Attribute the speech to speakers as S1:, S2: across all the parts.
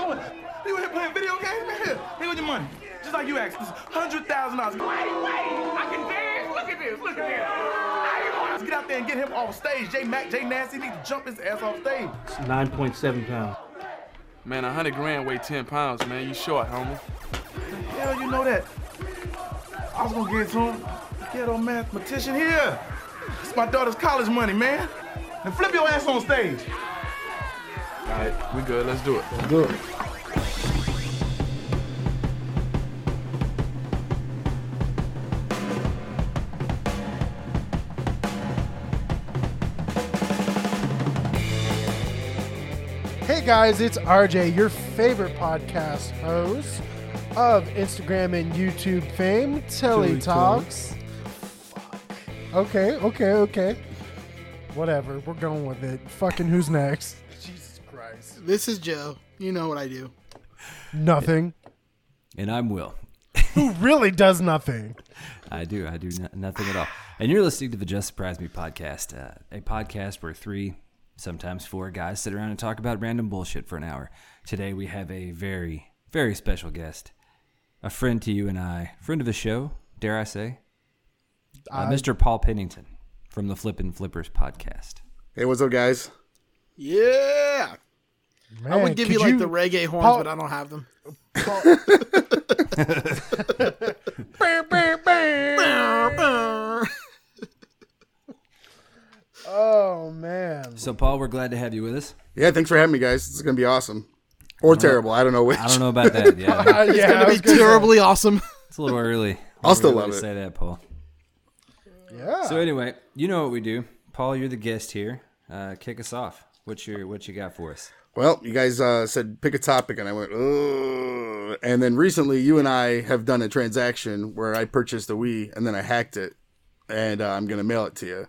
S1: You were here playing video games? Man, here, here with your money. Just like you asked. This hundred thousand dollars.
S2: Wait, wait! I can dance! Look at this! Look at this! I ain't
S1: Let's get out there and get him off stage. J Mac, J Nasty need to jump his ass off stage.
S3: It's 9.7 pounds.
S4: Man, a hundred grand weigh ten pounds, man. You short, homie.
S1: Hell, you know that. I was gonna get it to him. Ghetto mathematician here. It's my daughter's college money, man. Now flip your ass on stage.
S4: All right, we good. Let's do it.
S3: Good.
S5: Hey guys, it's RJ, your favorite podcast host of Instagram and YouTube fame, Telly Talks. Okay, okay, okay. Whatever, we're going with it. Fucking who's next? Jesus Christ.
S6: This is Joe. You know what I do.
S5: Nothing.
S7: And I'm Will.
S5: Who really does nothing?
S7: I do. I do no- nothing at all. And you're listening to the Just Surprise Me podcast, uh, a podcast where three, sometimes four guys sit around and talk about random bullshit for an hour. Today we have a very, very special guest, a friend to you and I, friend of the show, dare I say, uh, Mr. Paul Pennington from the Flippin' Flippers podcast.
S8: Hey, what's up, guys?
S6: Yeah.
S5: Man,
S6: I would give
S5: could
S6: you like the reggae horns,
S5: Paul-
S6: but I don't have them.
S5: Oh man.
S7: So, Paul, we're glad to have you with us.
S8: Yeah, thanks for having me, guys. This is gonna be awesome, or terrible. I don't know which.
S7: I don't know about that. Yeah,
S5: Uh, yeah, I
S6: That'd
S5: was
S6: be
S5: gonna-
S6: terribly awesome.
S7: it's a little early.
S8: I'll still
S7: Early
S8: love
S7: to
S8: it.
S7: Say that, Paul.
S5: yeah.
S7: So anyway, you know what we do, Paul. You're the guest here. Uh, kick us off. What's your what you got for us?
S8: Well, you guys uh, said pick a topic, and I went, Ugh. and then recently you and I have done a transaction where I purchased a Wii and then I hacked it, and uh, I'm gonna mail it to you.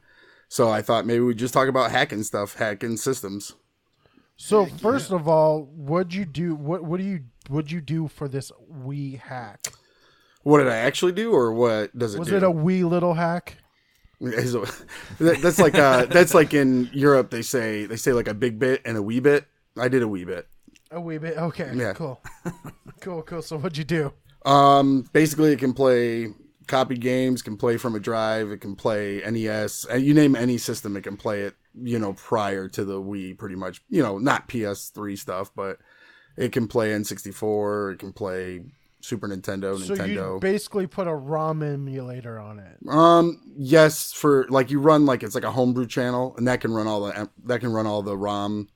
S8: So I thought maybe we just talk about hacking stuff, hacking systems.
S5: So first of all, what'd you do? What what do you what'd you do for this wee hack?
S8: What did I actually do, or what does it
S5: Was
S8: do?
S5: it a wee little hack?
S8: Is it- that- that's like uh, that's like in Europe they say they say like a big bit and a wee bit. I did a wee bit.
S5: A wee bit. Okay.
S8: Yeah.
S5: Cool. cool. Cool. So what'd you do?
S8: Um, basically, it can play copied games, can play from a drive, it can play NES, and you name any system, it can play it. You know, prior to the Wii, pretty much. You know, not PS3 stuff, but it can play N64, it can play Super Nintendo,
S5: So you
S8: Nintendo.
S5: basically put a ROM emulator on it.
S8: um, yes, for like you run like it's like a homebrew channel, and that can run all the that can run all the ROM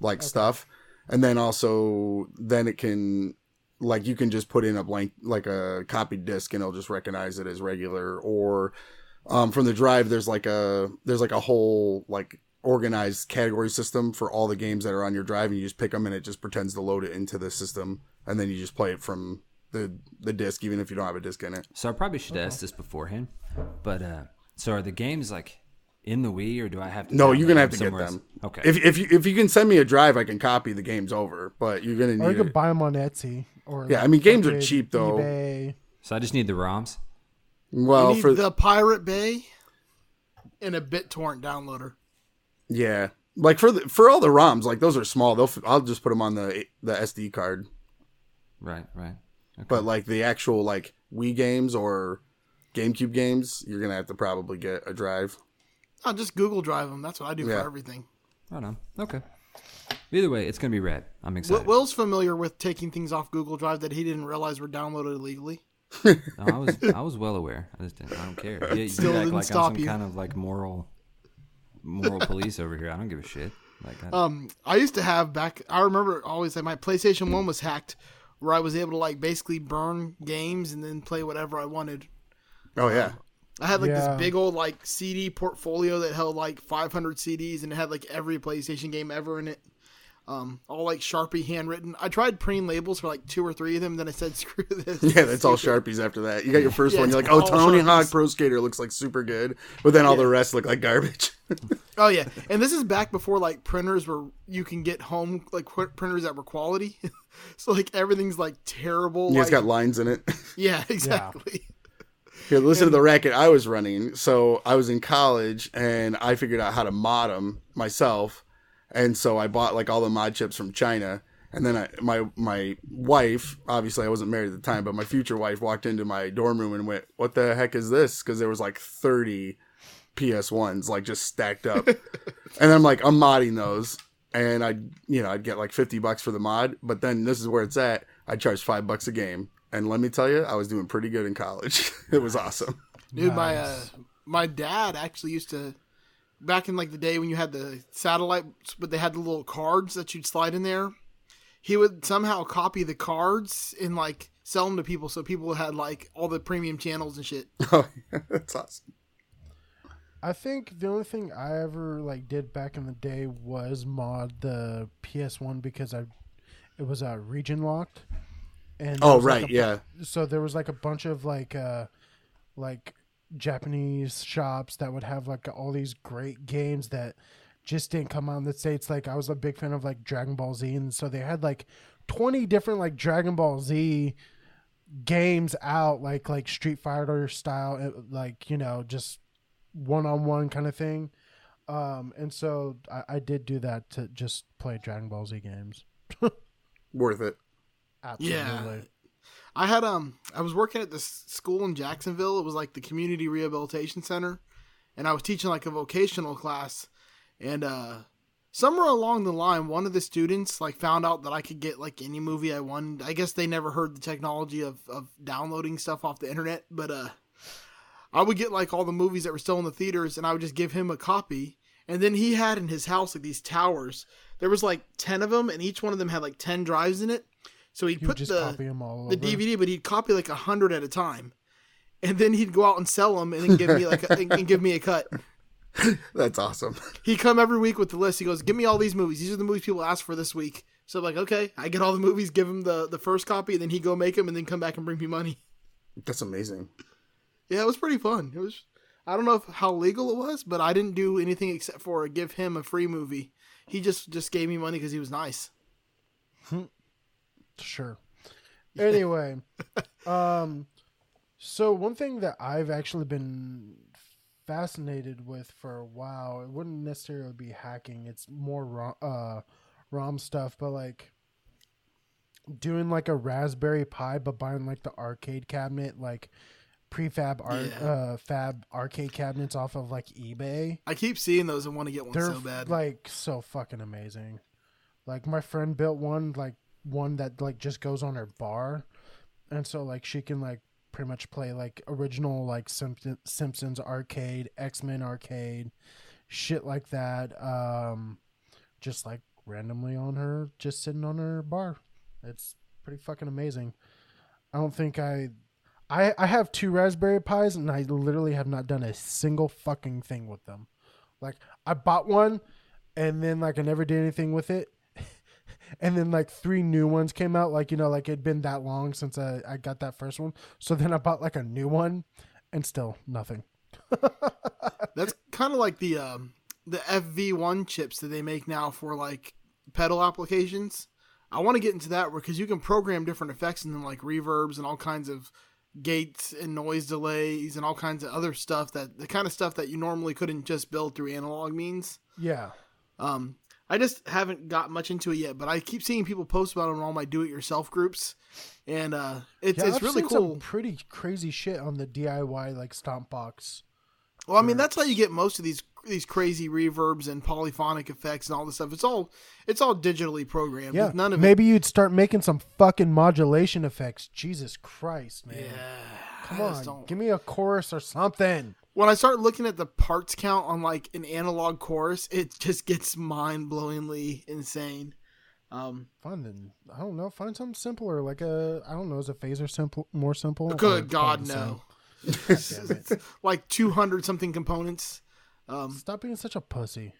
S8: like stuff, and then also then it can like you can just put in a blank like a copied disk and it'll just recognize it as regular or um, from the drive there's like a there's like a whole like organized category system for all the games that are on your drive and you just pick them and it just pretends to load it into the system and then you just play it from the the disk even if you don't have a disk in it
S7: So I probably should
S6: Uh-huh.
S7: ask this beforehand, but uh, so are the games like in the Wii, or do I have to?
S8: no you're
S7: download
S8: gonna have to get
S7: somewhere
S8: them
S7: else? Okay.
S8: if, if you if you can send me a drive i can copy the games over but you're gonna
S5: Or
S8: need
S5: you could
S8: it.
S5: buy them on Etsy. Or
S8: Yeah, I mean, games are
S5: Wicked,
S8: cheap, though.
S5: eBay.
S7: so I just need the ROMs.
S8: well
S6: need
S8: Oh, for
S6: the Pirate Bay and a BitTorrent downloader.
S8: Yeah, like for the, for all the ROMs, like those are small. They'll f- I'll just put them on the the SD card.
S7: Right. Right. Okay.
S8: But like the actual like Wii games or GameCube games, you're gonna have to probably get a drive.
S6: I'll just Google Drive them. That's what I do
S8: Yeah.
S6: for everything.
S7: Right on. Okay. Either way, it's gonna be rad. I'm
S6: Wi-
S7: excited.
S6: Will's familiar with taking things off Google Drive that he didn't realize were downloaded illegally.
S7: No, I was I was well aware. I just didn't. I don't care. Yeah, you
S6: Still
S7: act
S6: didn't
S7: like
S6: stop
S7: I'm some
S6: you.
S7: kind of like moral moral police over here. I don't give a shit. Like I,
S6: Um, I used to have back. I remember always that my PlayStation One was hacked, where I was able to like basically burn games and then play whatever I wanted.
S8: Oh yeah,
S6: I had like
S5: Yeah.
S6: this big old like CD portfolio that held like 500 CDs and it had like every PlayStation game ever in it. Um, all like Sharpie handwritten. I tried printing labels for like two or three of them. Then I said, "Screw this."
S8: yeah. That's all sharpies after that. You got your first
S6: Yeah,
S8: one. You're
S6: it's
S8: like, oh,
S6: all
S8: Tony
S6: Sharpies.
S8: Hawk Pro Skater looks like super good, but then all the rest look like garbage.
S6: Oh yeah, and this is back before like printers were you can get home like qu- printers that were quality. so like everything's like terrible.
S8: yeah,
S6: like,
S8: it's got lines in it.
S6: yeah, exactly.
S8: Here, listen to the racket I was running. So I was in college and I figured out how to mod them myself. And so I bought like all the mod chips from China And then I, my my wife, obviously I wasn't married at the time, but my future wife walked into my dorm room and went, "What the heck is this?" Because there was like thirty PS ones like just stacked up, and I'm like, I'm modding those, and I you know I'd get like fifty bucks for the mod, but then this is where it's at. I charge five bucks a game, and let me tell you, I was doing pretty good in college. it was awesome.
S6: Dude, my uh, my dad actually used to back in like the day when you had the satellites, but they had the little cards that you'd slide in there. He would somehow copy the cards and like sell them to people, so people had like all the premium channels and shit.
S8: Oh, that's awesome.
S5: I think the only thing I ever like did back in the day was mod the PS1 because I it was uh, region locked. And there
S8: Oh,
S5: was, like,
S8: right,
S5: a bu-
S8: yeah.
S5: So there was like a bunch of like uh like Japanese shops that would have like all these great games that just didn't come out in the states. Like I was a big fan of like Dragon Ball Z, and so they had like twenty different like Dragon Ball Z games out, like like Street Fighter style, uh, like you know just one on one kind of thing. Um, and so I, I did do that to just play Dragon Ball Z games.
S8: Worth it.
S5: Absolutely.
S6: Yeah. I had um I was working at this school in Jacksonville. It was like the community rehabilitation center, and I was teaching like a vocational class, and uh somewhere along the line, one of the students like found out that I could get like any movie I wanted. I guess they never heard the technology of of downloading stuff off the internet, but uh I would get like all the movies that were still in the theaters, and I would just give him a copy. And then he had in his house like these towers. There was like ten of them, and each one of them had like ten drives in it. So he'd
S5: You
S6: put
S5: just
S6: the
S5: copy them all
S6: the
S5: over.
S6: DVD, but he'd copy like a hundred at a time, and then he'd go out and sell them, and then give me like a, and, and give me a cut.
S8: That's awesome.
S6: He'd come every week with the list. He goes, "Give me all these movies. These are the movies people asked for this week." So I'm like, okay, I get all the movies, give him the the first copy, and then he go make them, and then come back and bring me money.
S8: That's amazing.
S6: Yeah, it was pretty fun. It was. I don't know if, how legal it was, but I didn't do anything except for give him a free movie. He just just gave me money because he was nice.
S5: Sure. Anyway, um, so one thing that I've actually been fascinated with for a while, it wouldn't necessarily be hacking. It's more ROM, uh, ROM stuff, but like doing like a Raspberry Pi, but buying like the arcade cabinet, like prefab ar-
S6: Yeah.
S5: uh, fab arcade cabinets off of like eBay.
S6: I keep seeing those and want to get one
S5: They're
S6: so bad.
S5: like so fucking amazing. Like my friend built one, like one that like just goes on her bar, and so like she can like pretty much play like original like Simp- Simpsons arcade, X Men arcade, shit like that. Um, just like randomly on her, just sitting on her bar. It's pretty fucking amazing. I don't think I. I, I have two Raspberry Pis and I literally have not done a single fucking thing with them. Like I bought one, and then like I never did anything with it, and then like three new ones came out. Like you know, like it'd been that long since I, I got that first one. So then I bought like a new one, and still nothing.
S6: That's kind of like the um, the FV1 chips that they make now for like pedal applications. I want to get into that because you can program different effects in them, like reverbs and all kinds of gates and noise delays and all kinds of other stuff that the kind of stuff that you normally couldn't just build through analog means.
S5: Yeah,
S6: Um, I just haven't got much into it yet, but I keep seeing people post about it in all my do-it-yourself groups, and uh, it's
S5: yeah.
S6: it's
S5: I've
S6: really
S5: seen some
S6: cool.
S5: pretty crazy shit on the DIY like stomp box.
S6: Well, I
S5: Mm.
S6: mean, that's how you get most of these these crazy reverbs and polyphonic effects and all this stuff. It's all it's all digitally programmed.
S5: Yeah,
S6: none of
S5: maybe you'd start making some fucking modulation effects. Jesus Christ, man!
S6: It, yeah,
S5: Come
S6: I just
S5: on,
S6: don't-
S5: give me a chorus or something.
S6: When I start looking at the parts count on like an analog chorus, it just gets mind blowingly insane. Um,
S5: Find then I don't know. Find something simpler, like a I don't know. Is a phaser simple, more simple? or
S6: good
S5: probably
S6: God,
S5: the same?
S6: no! like two hundred something components. Um,
S5: Stop being such a pussy.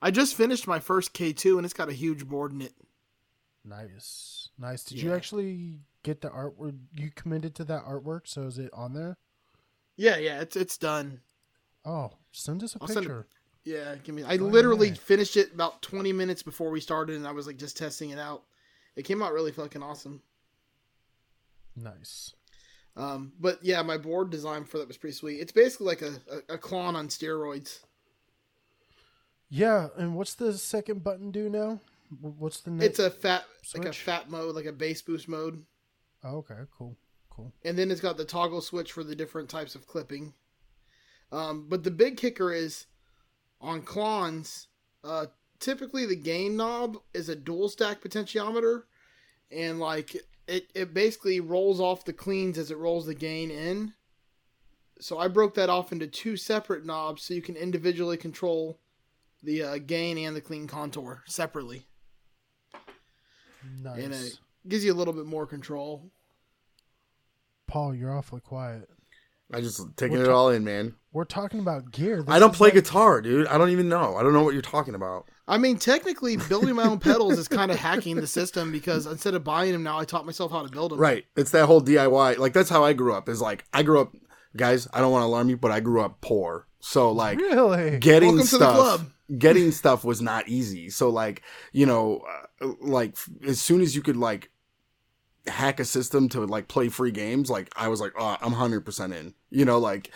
S6: I just finished my first K two, and it's got a huge board in it.
S5: Nice, nice. Did you actually get the artwork? You committed to that artwork, so is it on there?
S6: Yeah, yeah, it's it's done.
S5: Oh, send us a
S6: I'll send it-
S5: picture.
S6: Yeah, give me. I literally
S5: yeah.
S6: finished it about 20 minutes before we started, and I was like just testing it out. It came out really fucking awesome.
S5: Nice.
S6: Um, but yeah, my board design for that was pretty sweet. It's basically like a a, a clone on steroids.
S5: Yeah, and what's the second button do now? What's the name?
S6: It's a fat like a
S5: Switch?
S6: fat mode, like a bass boost mode,
S5: oh, okay, cool, cool.
S6: and then it's got the toggle switch for the different types of clipping. Um, but the big kicker is on clones. Uh, typically, the gain knob is a dual stack potentiometer, and like it, it basically rolls off the cleans as it rolls the gain in. So I broke that off into two separate knobs, so you can individually control the uh, gain and the clean contour separately.
S5: Nice.
S6: and it gives you a little bit more control.
S5: Paul, you're awfully quiet.
S8: I just taking it all in, man.
S5: We're talking about gear.
S8: I don't play guitar, dude. I don't even know. I don't know what you're talking about.
S6: I mean, technically, building my own pedals is kind of hacking the system because instead of buying them now, I taught myself how to build them.
S8: Right. It's that whole DIY. Like that's how I grew up. Is like I grew up, guys. I don't want to alarm you, but I grew up poor. So like
S5: Really?
S8: getting
S6: Welcome to the
S8: stuff,
S6: club.
S8: getting stuff was not easy. So like you know, uh, like f- as soon as you could like hack a system to like play free games, like I was like, oh, I'm hundred percent in. You know, like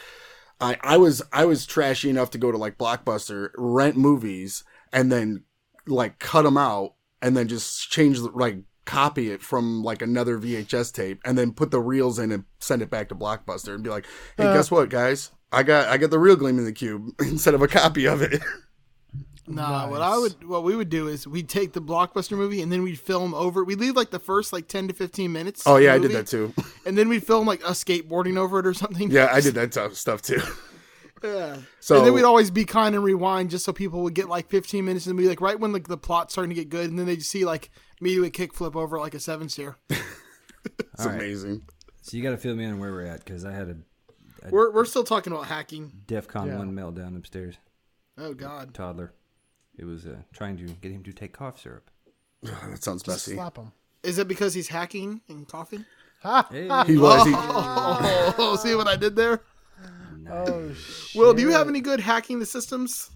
S8: I I was I was trashy enough to go to like Blockbuster, rent movies, and then like cut them out and then just change the like copy it from like another VHS tape and then put the reels in and send it back to Blockbuster and be like, "Hey,
S6: Uh.
S8: guess what, guys? I got I got the real Gleam in the Cube instead of a copy of it."
S6: Nah, what
S5: Nice.
S6: I would, what we would do is we'd take the blockbuster movie and then we'd film over. We'd leave like the first like ten to fifteen minutes.
S8: oh
S6: of
S8: yeah, I
S6: the movie,
S8: did that too.
S6: And then we'd film like us skateboarding over it or something.
S8: Yeah, I did that t- stuff too.
S6: Yeah.
S8: So-
S6: and then we'd always be kind and rewind just so people would get like 15 minutes and be like right when like the plot's starting to get good and then they'd see like me do a kickflip over like a seven stair.
S8: It's amazing.
S7: So you got to fill me in on where we're at because I had a
S6: We're we're still talking about hacking.
S7: DefCon
S5: Yeah.
S7: one meltdown upstairs.
S6: Oh God.
S7: Toddler. It was uh, trying to get him to take cough syrup.
S8: That sounds
S5: Just
S8: messy.
S5: slap him.
S6: Is it because he's hacking and coughing?
S7: Hey,
S8: He was. He,
S6: Oh, see what I did there?
S7: nice.
S5: Oh, sh-
S6: Will, do you have any good hacking the systems?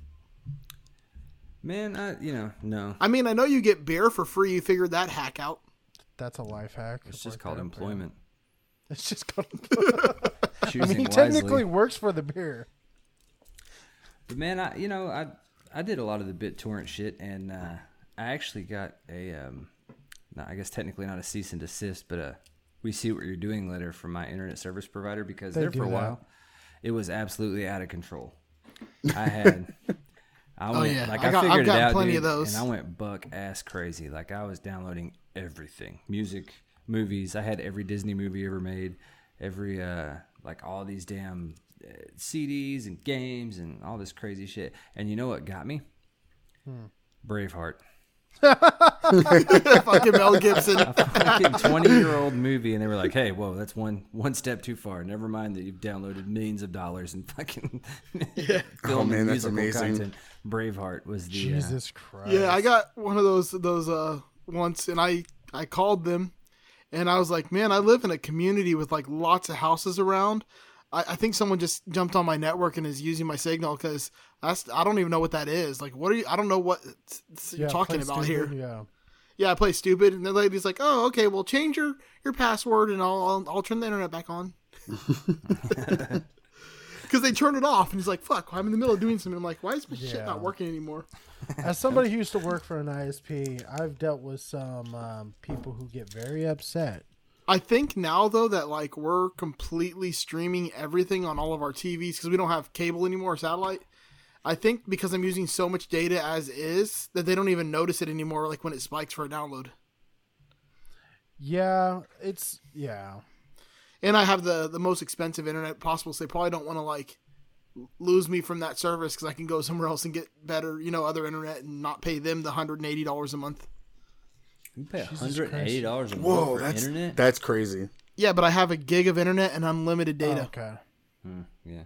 S7: man, I you know no.
S6: I mean, I know you get beer for free. You figured that hack out.
S5: that's a life hack.
S7: It's just called employment.
S5: It's just called.
S7: Choosing
S5: he
S7: wisely.
S5: technically works for the beer.
S7: But man, I you know I I did a lot of the BitTorrent shit, and uh, I actually got a um, no, I guess technically not a cease and desist, but a we see what you're doing letter from my internet service provider because there
S5: do
S7: for a
S5: that.
S7: while it was absolutely out of control. I had. I went,
S6: Oh, yeah.
S7: like
S6: I
S7: I,
S6: got- I've
S7: figured
S6: gotten
S7: it out,
S6: plenty
S7: dude,
S6: of those.
S7: and I went buck ass crazy. Like I was downloading everything, music, movies. I had every Disney movie ever made, every uh, like all these damn uh, CDs and games and all this crazy shit. And you know what got me?
S6: Hmm.
S7: Braveheart.
S6: Fucking Mel Gibson.
S7: Fucking twenty-year-old movie, and they were like, "Hey, whoa, that's one one step too far. Never mind that you've downloaded millions of dollars in fucking film
S8: Oh, man,
S7: and
S8: that's
S7: musical
S8: amazing.
S7: content." Braveheart was the uh,
S5: Jesus Christ.
S6: Yeah, I got one of those those uh once, and I I called them, and I was like, man, I live in a community with like lots of houses around. I, I think someone just jumped on my network and is using my signal because that's I don't even know what that is. Like, what are you? I don't know what s- s- you're
S5: Yeah,
S6: talking
S5: play
S6: about
S5: stupid,
S6: here.
S5: Yeah.
S6: Yeah, I play stupid, and the lady's like, oh, okay, well, change your your password, and I'll I'll, I'll turn the internet back on. Because they turned it off, and he's like, "Fuck!" I'm in the middle of doing something. I'm like, "Why is my shit
S5: Yeah.
S6: not working anymore?"
S5: As somebody who used to work for an ISP, I've dealt with some um, people who get very upset.
S6: I think now though that like we're completely streaming everything on all of our TVs because we don't have cable anymore or satellite. I think because I'm using so much data as is that they don't even notice it anymore. Like when it spikes for a download,
S5: Yeah, it's yeah.
S6: and I have the the most expensive internet possible, so they probably don't want to like l- lose me from that service because I can go somewhere else and get better, you know, other internet and not pay them the hundred and eighty dollars a month.
S7: You pay hundred and eighty dollars a month
S8: whoa,
S7: for
S8: that's
S7: internet.
S8: that's crazy.
S6: Yeah, but I have a gig of internet and unlimited data.
S5: Oh, Okay.
S7: Hmm, yeah,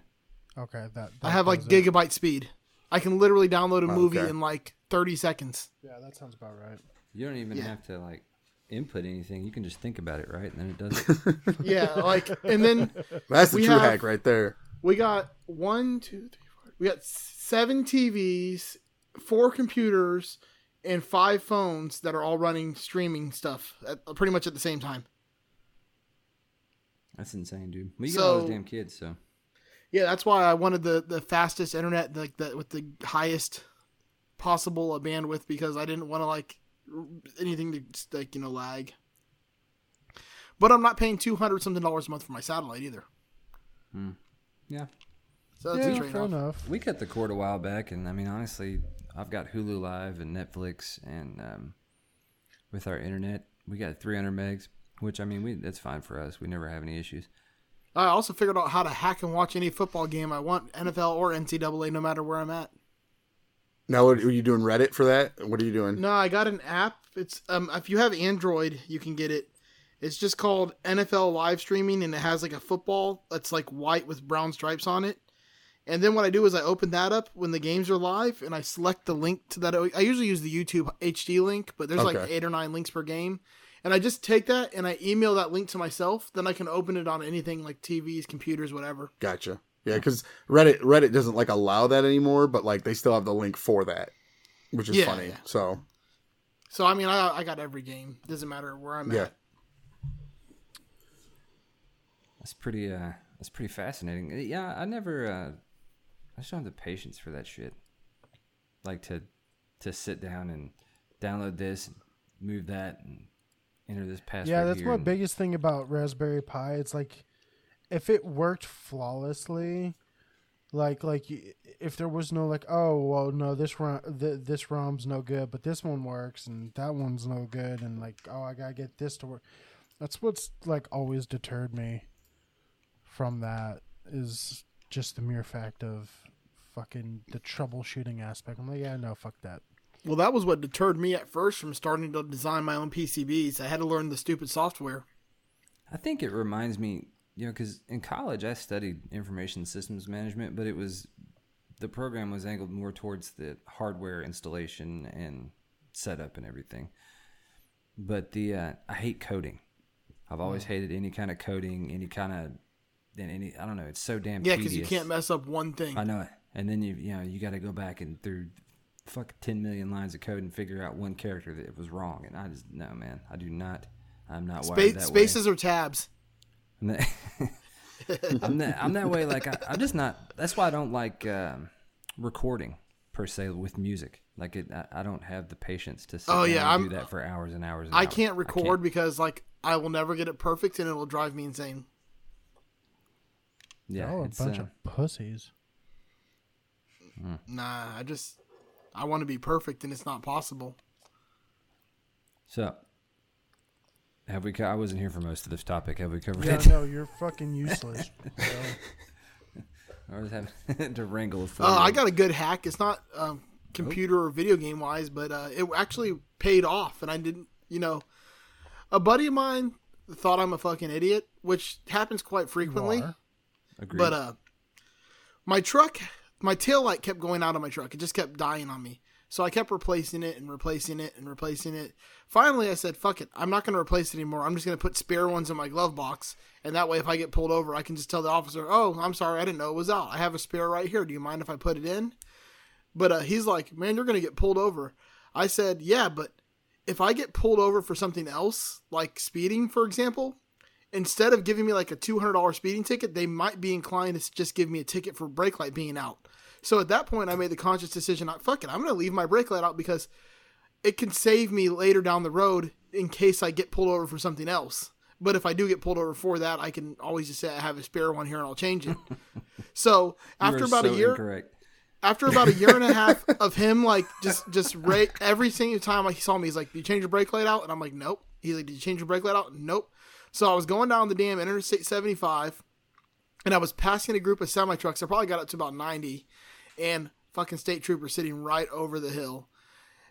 S5: Okay. That, that Oh,
S6: I have like
S5: does it.
S6: gigabyte speed. I can literally download a movie
S8: okay.
S6: in like thirty seconds.
S5: Yeah, that sounds about right.
S7: you don't even
S6: Yeah.
S7: have to like input anything. You can just think about it, right? And then it does. It.
S6: Yeah, like and then
S8: That's the
S6: We
S8: true
S6: have-
S8: hack right there.
S6: we got one, two, three, four. We got seven TVs, four computers, and five phones that are all running streaming stuff at, pretty much at the same time.
S7: That's insane, dude. Well, you got all those
S6: So-
S7: damn kids, so
S6: Yeah, that's why I wanted the the fastest internet, like the with the highest possible uh, bandwidth, because I didn't want to like anything to like you know lag. But I'm not paying two hundred something dollars a month for my satellite either.
S7: Yeah.
S6: So that's a
S5: Yeah,
S6: trade
S5: fair
S6: off.
S5: enough.
S7: We cut the cord a while back, and I mean, honestly, I've got Hulu Live and Netflix, and um, with our internet, we got 300 megs, which I mean, we that's fine for us. We never have any issues.
S6: I also figured out how to hack and watch any football game I want, NFL or NCAA, no matter where I'm at.
S8: Now, what, are you doing Reddit for that? What are you doing?
S6: No, I got an app. It's um, if you have Android, you can get it. It's just called NFL live streaming, and it has like a football that's like white with brown stripes on it. And then what I do is I open that up when the games are live, and I select the link to that. I usually use the YouTube HD link, but there's like
S8: Okay.
S6: eight or nine links per game. And I just take that and I email that link to myself. Then I can open it on anything like TVs, computers, whatever.
S8: Gotcha. Yeah, because Reddit Reddit doesn't like allow that anymore, but like they still have the link for that, which is
S6: Yeah,
S8: funny.
S6: yeah.
S8: So
S6: So I mean, I, I got every game. Doesn't matter where I'm
S8: yeah,
S6: at.
S7: That's pretty. Uh, that's pretty fascinating. Uh, Yeah, I never. Uh, I just don't have the patience for that shit. Like to, to sit down and download this, and move that, and enter this password.
S5: Yeah, that's
S7: here
S5: my
S7: and-
S5: biggest thing about Raspberry Pi. It's like if it worked flawlessly, like like y- if there was no like, oh well, no this ROM th- this ROM's no good, but this one works and that one's no good, and like oh I gotta get this to work. That's what's like always deterred me from that is just the mere fact of fucking the troubleshooting aspect. I'm like, yeah, no, fuck that.
S6: Well, that was what deterred me at first from starting to design my own PCBs. I had to learn the stupid software.
S7: I think it reminds me, you know, because in college I studied information systems management, but it was the program was angled more towards the hardware installation and setup and everything. But the uh, I hate coding. I've
S6: Mm.
S7: always hated any kind of coding, any kind of and any I don't know. It's so damn
S6: Yeah,
S7: because
S6: because you can't mess up one thing.
S7: I know it. And then you you know you got to go back and through fuck ten million lines of code and figure out one character that was wrong. And I just no man, I do not. I'm not wired
S6: Spa-
S7: that way.
S6: spaces or tabs.
S7: I'm that, I'm that, I'm that way. Like I, I'm just not. That's why I don't like um, recording per se with music. Like it, I, I don't have the patience to. Sit
S6: Oh,
S7: down
S6: yeah,
S7: and
S6: I'm-
S7: do that for hours and hours. And
S6: I
S7: hours.
S6: can't record because like I will never get it perfect and it'll drive me insane.
S7: Yeah,
S5: oh, a
S7: it's,
S5: bunch
S7: uh,
S5: of pussies.
S6: Nah, I just I want to be perfect and it's not possible.
S7: so. Have we? Co- I wasn't here for most of this topic. Have we covered
S5: Yeah,
S7: it?
S5: no, you're fucking useless.
S7: I was having to wrangle. for
S6: Uh, I
S7: you.
S6: got a good hack. It's not um, computer or video game wise, but uh, it actually paid off, and I didn't. You know, a buddy of mine thought I'm a fucking idiot, which happens quite frequently.
S5: are.
S7: Agreed.
S6: But uh, my truck, my tail light kept going out of my truck. It just kept dying on me. So I kept replacing it and replacing it and replacing it. Finally, I said, "Fuck it! I'm not going to replace it anymore. I'm just going to put spare ones in my glove box, and that way, if I get pulled over, I can just tell the officer, "Oh, I'm sorry, I didn't know it was out. I have a spare right here. Do you mind if I put it in?" But uh, he's like, "Man, you're going to get pulled over." I said, "Yeah, but if I get pulled over for something else, like speeding, for example, instead of giving me like a $200 speeding ticket, they might be inclined to just give me a ticket for brake light being out. So at that point, I made the conscious decision, not fuck it, I'm going to leave my brake light out because it can save me later down the road in case I get pulled over for something else. But if I do get pulled over for that, I can always just say I have a spare one here and I'll change it. so
S7: You
S6: after
S7: are
S6: about
S7: so
S6: a year,
S7: incorrect.
S6: after about a year and a half of him like just just ra- every single time like, he saw me, he's like, "Did you change your brake light out?" And I'm like, "Nope." He's like, "Did you change your brake light out?" Nope. So I was going down the damn Interstate 75, and I was passing a group of semi trucks. I probably got up to about 90, and fucking state trooper sitting right over the hill.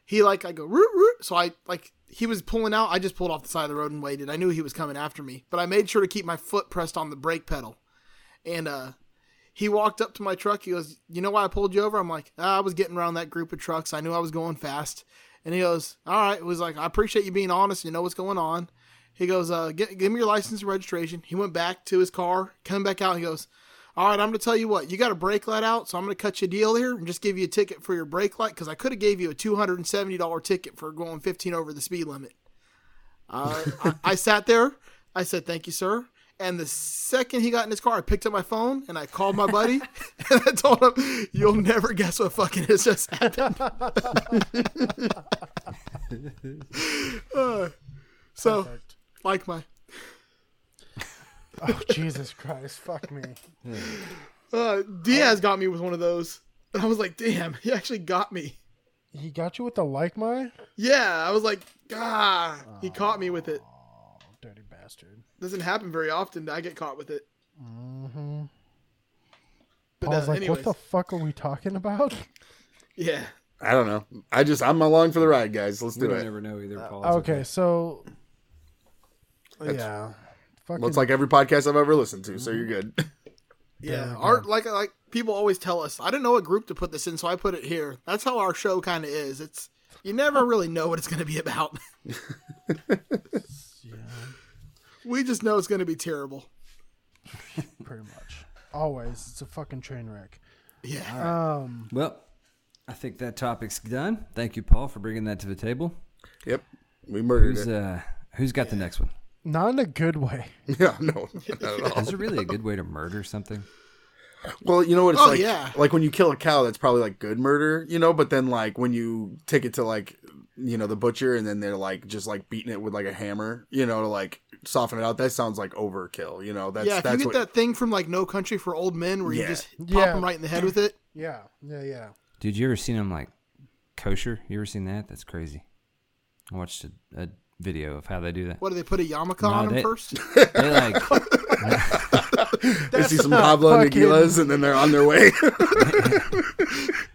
S6: He like I go root root, so I like he was pulling out. I just pulled off the side of the road and waited. I knew he was coming after me, but I made sure to keep my foot pressed on the brake pedal, and uh he walked up to my truck. He goes, "You know why I pulled you over?" I'm like, ah, "I was getting around that group of trucks. I knew I was going fast." And he goes, "All right." It was like, "I appreciate you being honest. You know what's going on." He goes, uh, "Gi- "Give me your license and registration." He went back to his car, come back out. He goes, "All right, I'm gonna tell you what. You got a brake light out, so I'm gonna cut you a deal here and just give you a ticket for your brake light because I could have gave you a two hundred and seventy dollar ticket for going fifteen over the speed limit." Uh, I, I sat there. I said, "Thank you, sir." And the second he got in his car, I picked up my phone and I called my buddy and I told him, "You'll never guess what fucking has just happened." Uh, So, like my
S5: Oh Jesus Christ! Fuck me.
S6: uh, Diaz got me with one of those, and I was like, damn, he actually got me.
S5: He got you with the like my
S6: Yeah, I was like, ah, he caught me with it.
S5: dirty bastard.
S6: Doesn't happen very often. that I get caught with it. But
S5: Mm-hmm. I was
S6: uh,
S5: like,
S6: anyways,
S5: what the fuck are we talking about?
S6: yeah,
S8: I don't know. I just I'm along for the ride, guys. Let's
S7: We
S8: do
S7: don't
S8: it.
S7: ever know either, Paul. It's
S5: Uh, Okay, so yeah, fucking
S8: Looks like every podcast I've ever listened to, so you're good.
S6: yeah. Art like like people always tell us. I didn't know what group to put this in, so I put it here. That's how our show kind of is. It's you never really know what it's going to be about. We just know it's going to be terrible.
S5: pretty much always. It's a fucking train wreck.
S6: Yeah.
S7: Well, I think that topic's done. Thank you, Paul, for bringing that to the table.
S8: Yep. We murdered
S7: Who's
S8: it.
S7: uh, who's got the next one?
S5: Not in a good way.
S8: Yeah, no, not at all.
S7: Is it really a good way to murder something?
S8: Well, you know what it's
S6: Oh,
S8: like.
S6: yeah.
S8: Like when you kill a cow, that's probably like good murder, you know. But then like when you take it to like you know the butcher, and then they're like just like beating it with like a hammer, you know, to like soften it out. That sounds like overkill, you know. That's
S6: yeah, if
S8: that's
S6: you get
S8: what.
S6: that thing from like No Country for Old Men where
S8: Yeah.
S6: you just pop
S5: Yeah.
S6: them right in the head with it,
S5: Yeah, yeah, yeah.
S7: Dude, you ever seen him like kosher? You ever seen that? That's crazy. I watched a, a video of how they do that.
S6: what do they put a yarmulke
S7: Nah,
S6: on them
S7: they-
S6: first?
S7: They like
S8: They see some Pablo
S5: fucking-
S8: Miguelas, and then they're on their way.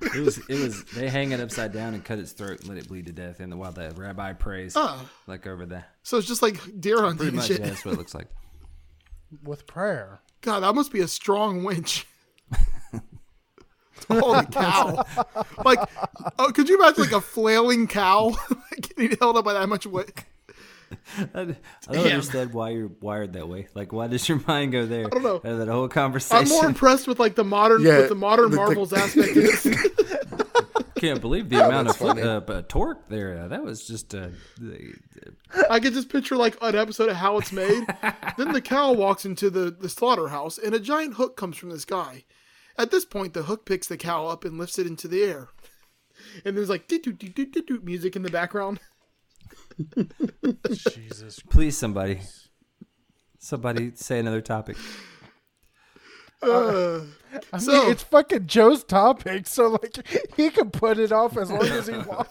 S7: it was it was they hang it upside down and cut its throat and let it bleed to death and while the rabbi prays
S6: Oh.
S7: like over there.
S6: So it's just like deer hunting
S7: Pretty
S6: and
S7: much
S6: shit.
S7: yeah, that's what it looks like.
S5: With prayer.
S6: God, that must be a strong winch. Holy cow! like, oh, could you imagine like a flailing cow getting held up by that much weight?
S7: I, I don't understand why you're wired that way. Like why does your mind go there? I
S6: don't know.
S7: That whole conversation.
S6: I'm more impressed with like the modern
S8: Yeah,
S6: with the modern
S8: the- the-
S6: marvels aspect. Of this.
S7: can't believe the amount of
S8: that's funny.
S7: uh, uh, torque there. Uh, that was just uh, the-
S6: I could just picture like an episode of How It's Made. then the cow walks into the, the slaughterhouse, and a giant hook comes from the sky. At this point, the hook picks the cow up and lifts it into the air. And there's like doot doot doot doot doot doot music in the background.
S5: Jesus.
S7: please somebody. Somebody say another topic.
S5: I mean,
S6: So-
S5: it's fucking Joe's topic, so like he can put it off as long as he wants.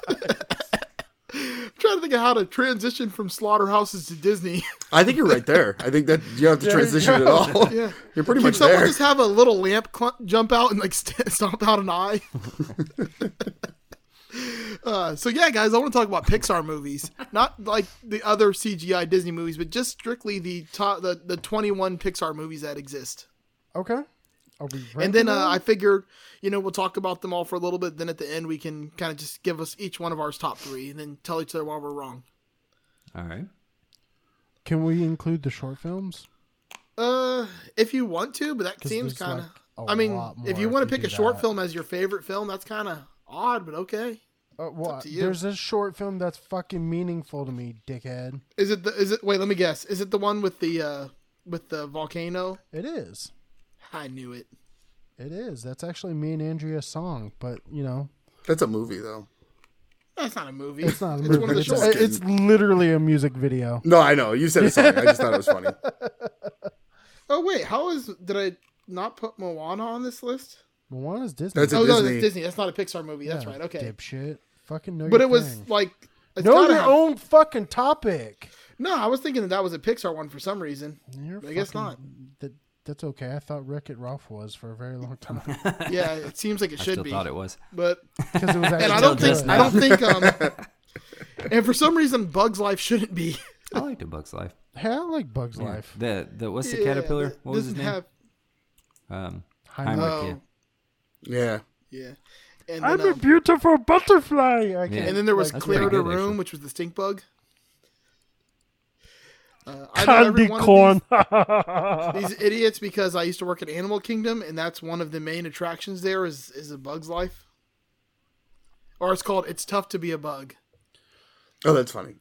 S6: trying to think of how to transition from slaughterhouses to Disney.
S8: I think you're right there. I think that you don't have to transition at all.
S6: Yeah.
S8: You're pretty
S6: Can
S8: much
S6: someone
S8: there.
S6: just have a little lamp cl- jump out and like st- stomp out an eye? uh, so yeah, guys, I want to talk about Pixar movies, not like the other CGI Disney movies, but just strictly the top, the the twenty one Pixar movies that exist.
S5: Okay. Are we ready?
S6: And then uh, I figured, you know, we'll talk about them all for a little bit. Then at the end, we can kind of just give us each one of ours top three, and then tell each other why we're wrong.
S7: All right.
S5: can we include the short films?
S6: Uh, if you want to, but that
S5: 'Cause
S6: seems
S5: there's,
S6: kind of.
S5: like, a
S6: I mean,
S5: lot
S6: if
S5: more
S6: you
S5: if
S6: want
S5: you
S6: to pick
S5: do
S6: a short
S5: that.
S6: film as your favorite film, that's kind of odd, but okay.
S5: Uh, well,
S6: to you.
S5: there's a short film that's fucking meaningful to me, dickhead.
S6: Is it the? Is it? Wait, let me guess. Is it the one with the uh with the volcano?
S5: It is.
S6: I knew it.
S5: It is. That's actually me and Andrea's song, but you know,
S8: That's a movie though.
S6: That's not a movie.
S5: it's not a
S6: One of
S5: movie.
S6: the
S5: It's,
S6: shorts.
S8: shorts.
S5: it's literally a music video.
S8: No, I know. You said it's funny. I just thought it was funny.
S6: oh wait, how is? Did I not put Moana on this list?
S5: Moana's Disney.
S8: That's a
S6: oh no,
S8: Disney.
S6: that's Disney. That's not a Pixar movie. That's
S5: Yeah,
S6: right. Okay,
S5: Dipshit. Fucking know
S6: but
S5: your
S6: it was
S5: thing.
S6: like. It's
S5: know
S6: gotta
S5: your
S6: have-
S5: own fucking topic.
S6: No, I was thinking that that was a Pixar one for some reason.
S5: You're
S6: I guess
S5: fucking- That, that's okay. I thought Wreck It Ralph was for a very long time
S6: Yeah, it seems like it
S7: I
S6: should
S7: still
S6: be.
S7: thought it was.
S6: But
S5: because it was actually.
S6: and I don't
S7: Until
S6: think
S7: just
S6: I don't think um and for some rereason Bugs Life shouldn't be.
S7: I liked A Bug's Life.
S5: Hey, I like Bugs Life.
S7: The the what's the
S6: Yeah,
S7: caterpillar?
S6: that
S7: What was his
S6: doesn't
S7: name?
S6: have-
S7: um,
S5: Heinrich.
S7: Heinrich.
S6: Oh.
S7: yeah.
S8: Yeah.
S6: yeah. And
S5: I'm
S6: then,
S5: a
S6: um,
S5: beautiful butterfly. I
S7: Yeah.
S5: can't.
S6: and then there was
S7: That's
S6: Clear
S7: pretty
S6: to
S7: good,
S6: Room,
S7: actually.
S6: which was the stink bug. Uh, I know every
S5: Candy
S6: one of
S5: corn.
S6: These, these idiots, because I used to work at Animal Kingdom, and that's one of the main attractions there is is a bug's life, or it's called "It's Tough to Be a Bug."
S8: Oh, that's funny.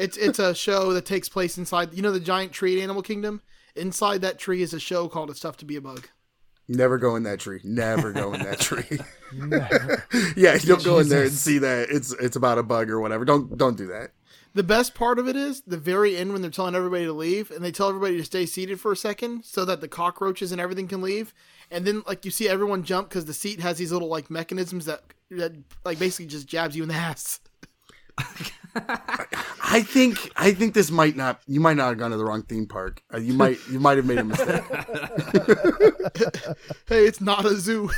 S6: It's it's a show that takes place inside. You know the giant tree at Animal Kingdom. Inside that tree is a show called "It's Tough to Be a Bug."
S8: Never go in that tree. Never go in that tree. yeah, you'll go in there and see that it's it's about a bug or whatever. Don't don't do that.
S6: The best part of it is the very end when they're telling everybody to leave and they tell everybody to stay seated for a second so that the cockroaches and everything can leave. And then like you see everyone jump because the seat has these little like mechanisms that that like basically just jabs you in the ass.
S8: I think I think this might not. You might not have gone to the wrong theme park. Uh, You might you might have made a mistake.
S6: Hey, it's not a zoo.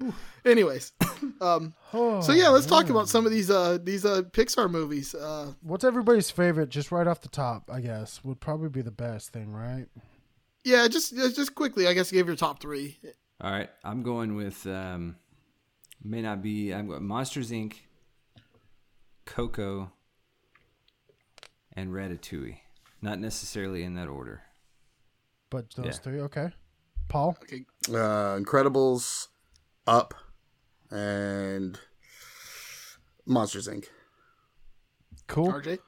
S6: Anyways, um, so yeah, let's talk about some of these uh these uh Pixar movies. Uh,
S5: What's everybody's favorite? Just right off the top, I guess would probably be the best thing, right?
S6: yeah, just just quickly, I guess give your top three.
S7: All right, I'm going with um, may not be. I'm going Monsters Inc. Coco and Ratatouille. Not necessarily in that order.
S5: But those
S7: Yeah.
S5: three, okay. Paul,
S8: Uh, Incredibles, Up, and Monsters Inc.
S5: cool.
S6: RJ,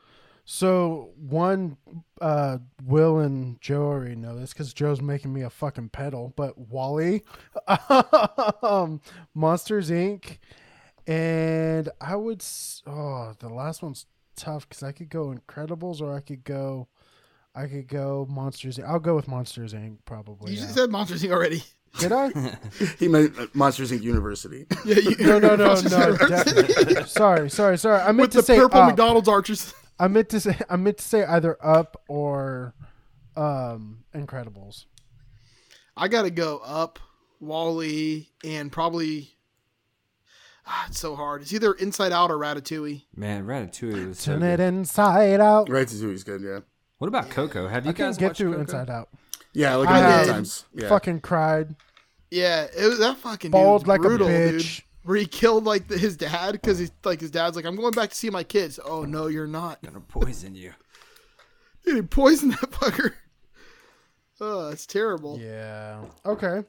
S5: So one, uh, Will and Joe already know this because Joe's making me a fucking pedal. But Wally, um, Monsters Inc., and I would. s- Oh, the last one's tough because I could go Incredibles or I could go, I could go Monsters. I'll go with Monsters Inc. Probably.
S6: you
S5: yeah.
S6: just said Monsters Inc. already.
S5: Did I?
S8: He meant uh, Monsters Inc. University.
S6: Yeah, you,
S5: No, no, no, no. de- sorry, sorry, sorry. I meant
S6: with
S5: to
S6: the
S5: say uh,
S6: purple
S5: up.
S6: McDonald's archers.
S5: I meant to say I meant to say either up or um Incredibles.
S6: I gotta go up Wally and probably ah, it's so hard. It's either Inside Out or Ratatouille.
S7: Man, Ratatouille was so
S5: Turn it
S7: good.
S5: inside out.
S8: Ratatouille's good. Yeah,
S7: What about Coco? Have you
S5: I couldn't
S7: guys
S5: get
S7: watched
S5: through
S7: Coco?
S5: inside out.
S8: yeah. Look
S5: I
S8: at
S6: did.
S8: the times. Yeah.
S5: Fucking cried.
S6: Yeah, it was that fucking
S5: Bald
S6: dude's
S5: like a
S6: brutal,
S5: bitch.
S6: dude. Where he killed like the, his dad because he's like his dad's like I'm going back to see my kids. Oh no, you're not.
S7: Gonna poison you.
S6: Dude, he poisoned that fucker. Oh, it's terrible.
S5: Yeah. Okay.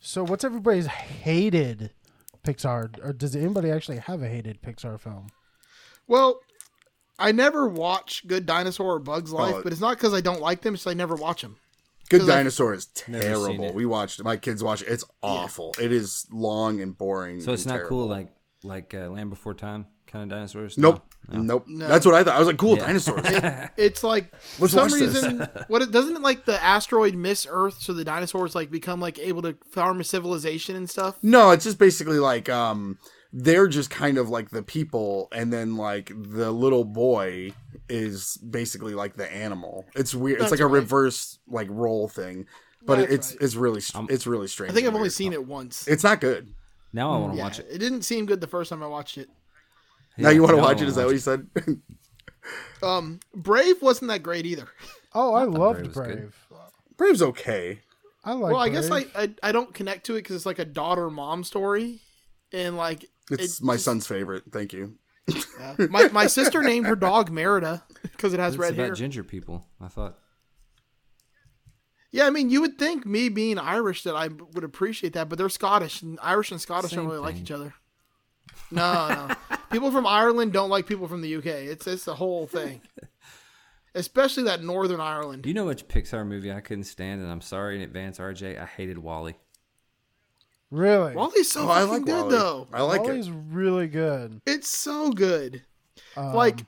S5: So what's everybody's hated Pixar or does anybody actually have a hated Pixar film?
S6: Well, I never watch Good Dinosaur or Bugs Life,
S8: Oh.
S6: but it's not because I don't like them; it's I never watch them.
S8: Good
S6: 'Cause I-
S8: Dinosaur is
S7: seen
S8: terrible.
S7: it.
S8: We watched it. My kids watch it. It's awful. It is long and boring.
S7: So it's
S8: and
S7: not
S8: terrible.
S7: cool like like uh, Land Before Time kind of dinosaurs. No?
S8: Nope. Nope. That's what I thought. I was like, cool dinosaurs.
S6: It's like for
S8: Let's
S6: some
S8: watch this.
S6: reason what it doesn't it like the asteroid miss Earth, so the dinosaurs like become like able to farm a civilization and stuff.
S8: no, it's just basically like um they're just kind of like the people and then like the little boy is basically like the animal. It's weird. it's like a reverse like role thing. But it,
S6: That's
S8: it's it's really str-
S7: Um,
S8: it's really strange.
S6: I think I've
S8: and
S6: only
S8: weird.
S6: seen it once.
S8: It's not good.
S7: Now I want to
S6: Yeah,
S7: watch it.
S6: it didn't seem good the first time I watched it.
S8: now you want to
S7: now I
S8: watch it?
S7: wanna
S8: Is that
S7: watch
S8: what you said?
S6: Um, Brave wasn't that great either.
S5: Oh, I loved
S7: was good.
S5: Brave.
S8: Brave's okay.
S5: I like
S6: well, I guess
S5: Brave.
S6: like I, I don't connect to it because it's like a daughter mom story, and like
S8: It's
S6: it-
S8: my son's favorite. Thank you.
S6: my my sister named her dog Merida because it has
S7: It's
S6: red
S7: about
S6: hair.
S7: ginger people. I thought.
S6: yeah, I mean, you would think me being Irish that I would appreciate that, but they're Scottish and Irish and Scottish
S7: Same
S6: don't really like
S7: thing.
S6: each other. No, no, people from Ireland don't like people from the UK. It's it's the whole thing, especially that Northern Ireland.
S7: Do you know which Pixar movie I couldn't stand? And I'm sorry in advance, RJ. I hated Wally.
S5: Really?
S6: Wally's so
S8: Oh, I
S6: fucking
S8: like
S6: good
S8: Wally.
S6: though.
S8: I like it.
S5: Wally's really good.
S6: It's so good.
S5: Um,
S6: like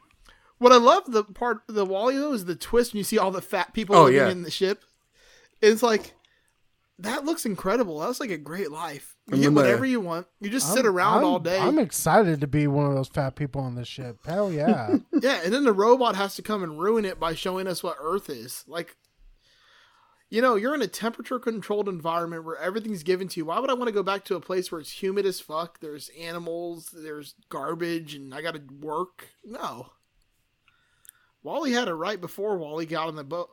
S6: what I love the part the Wally though is the twist when you see all the fat people
S8: Oh,
S6: living
S8: yeah.
S6: in the ship. It's like that looks incredible. That's like a great life. You
S8: And
S6: get
S8: then the-
S6: whatever you want. You just sit
S5: I'm-
S6: around
S5: I'm-
S6: all day.
S5: I'm excited to be one of those fat people on this ship. Hell yeah.
S6: yeah, and then the robot has to come and ruin it by showing us what Earth is. Like you know, you're in a temperature controlled environment where everything's given to you. Why would I want to go back to a place where it's humid as fuck? There's animals, there's garbage, and I got to work? No. Wally had it right before Wally got on the boat.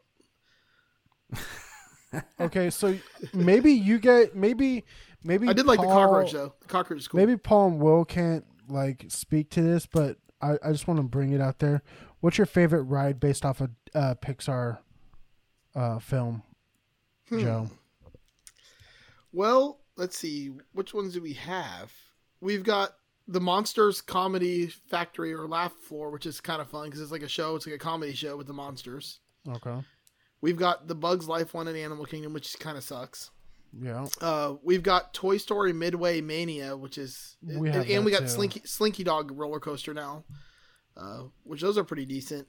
S5: Okay, so maybe you get maybe maybe
S6: I did like the
S5: Paul-
S6: cockroach though. The cockroach is cool.
S5: Maybe Paul and Will can't like speak to this, but I, I just want to bring it out there. What's your favorite ride based off a uh, Pixar uh, film,
S6: Hmm.
S5: Joe?
S6: Well, let's see. Which ones do we have? We've got the Monsters Comedy Factory or Laugh Floor, which is kind of fun because it's like a show. It's like a comedy show with the monsters.
S5: Okay.
S6: We've got the Bugs Life one in Animal Kingdom, which kind of sucks.
S5: Yeah.
S6: Uh, we've got Toy Story Midway Mania, which is,
S5: We have
S6: and, and
S5: that
S6: we got
S5: too.
S6: Slinky Slinky Dog roller coaster now, uh, which those are pretty decent.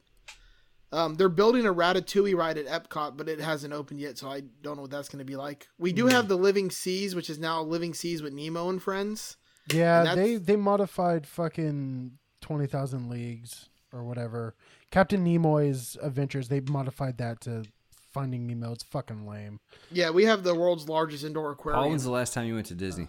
S6: Um, they're building a Ratatouille ride at Epcot, but it hasn't opened yet, so I don't know what that's going to be like. We do
S5: Hmm.
S6: have the Living Seas, which is now Living Seas with Nemo and Friends. And
S5: Yeah,
S6: that's-
S5: they they modified fucking twenty thousand leagues or whatever. Captain Nemo's Adventures. They modified that to Finding Nemo. It's fucking lame.
S6: Yeah, we have the world's largest indoor
S7: Paul,
S6: aquarium.
S7: when's the last time you went to Disney?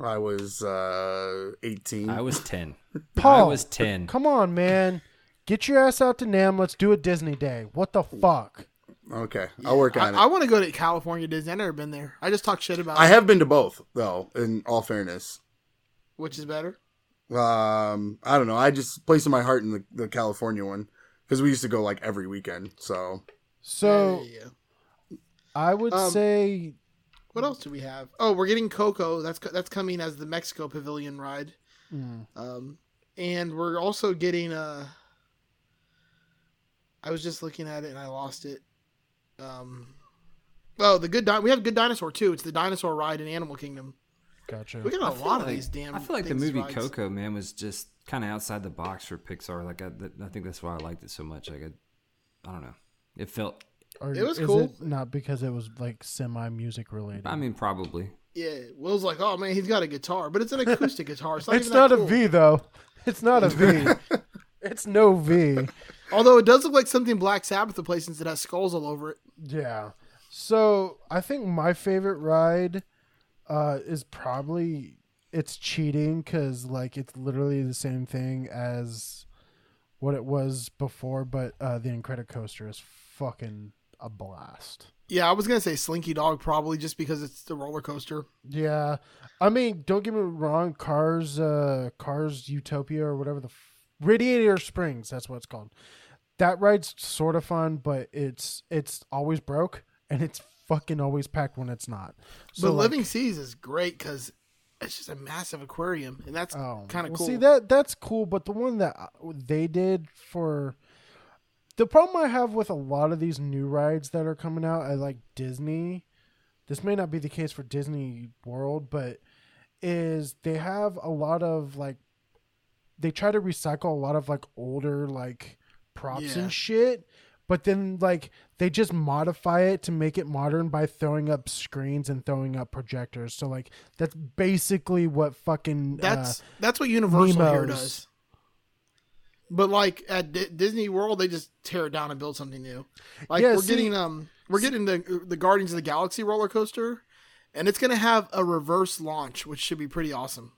S8: I was uh,
S6: Mm.
S8: 18.
S7: I was 10.
S5: Paul,
S7: I was 10.
S5: Come on, man. Get your ass out to Nam. Let's do a Disney day. What the fuck?
S8: okay, I'll work
S6: I,
S8: on
S6: I
S8: it.
S6: want to go to California Disney. I've never been there. I just talk shit about
S8: I
S6: it,
S8: have been to both, though. In all fairness,
S6: which is better.
S8: um, I don't know. I just placed my heart in the, the California one because we used to go like every weekend. So
S5: So
S6: Yeah, yeah, yeah.
S5: I would
S6: Um,
S5: say
S6: What else do we have? Oh, we're getting Coco. That's co- that's coming as the Mexico Pavilion ride.
S7: Hmm.
S6: Um, and we're also getting. Uh, I was just looking at it and I lost it. Um, oh, the good di- we have good dinosaur too. It's the dinosaur ride in Animal Kingdom.
S5: gotcha.
S6: We got a
S7: I feel
S6: lot of
S7: like-
S6: these damn.
S7: I feel like the
S6: things
S7: movie
S6: rides.
S7: Coco, man, was just kind of outside the box for Pixar. Like I, th- I think that's why I liked it so much. Like I, I don't know. It felt.
S5: Or
S6: It was
S5: is
S6: cool.
S5: It not because it was like semi music related.
S7: I mean, probably.
S6: Yeah, Will's like, oh man, he's got a guitar, but it's an acoustic guitar. It's not,
S5: it's
S6: even that
S5: not
S6: cool.
S5: a V though. It's not a V. it's no V.
S6: Although it does look like something Black Sabbath would play since it has skulls all over it.
S5: Yeah. So I think my favorite ride uh, is probably it's cheating because like it's literally the same thing as what it was before, but uh, the Incredicoaster is fucking a blast.
S6: Yeah, I was gonna say Slinky Dog probably just because it's the roller coaster.
S5: Yeah, I mean, don't get me wrong. Cars, uh, Cars Utopia or whatever the f- Radiator Springs, that's what it's called. That ride's sort of fun, but it's it's always broke and it's fucking always packed when it's not. So
S6: but
S5: like-
S6: Living Seas is great because it's just a massive aquarium, and that's
S5: Oh,
S6: kind of
S5: well,
S6: cool.
S5: See that that's cool, but the one that uh, they did for the problem I have with a lot of these new rides that are coming out at like Disney. This may not be the case for Disney World, but is they have a lot of like they try to recycle a lot of like older like props
S6: Yeah.
S5: and shit, but then like they just modify it to make it modern by throwing up screens and throwing up projectors. So like that's basically what fucking uh,
S6: that's that's what Universal here
S5: Nemo's.
S6: does. But like at D- Disney World, they just tear it down and build something new. Like
S5: Yeah,
S6: we're
S5: see-
S6: getting um we're getting the the Guardians of the Galaxy roller coaster, and it's gonna have a reverse launch, which should be pretty awesome.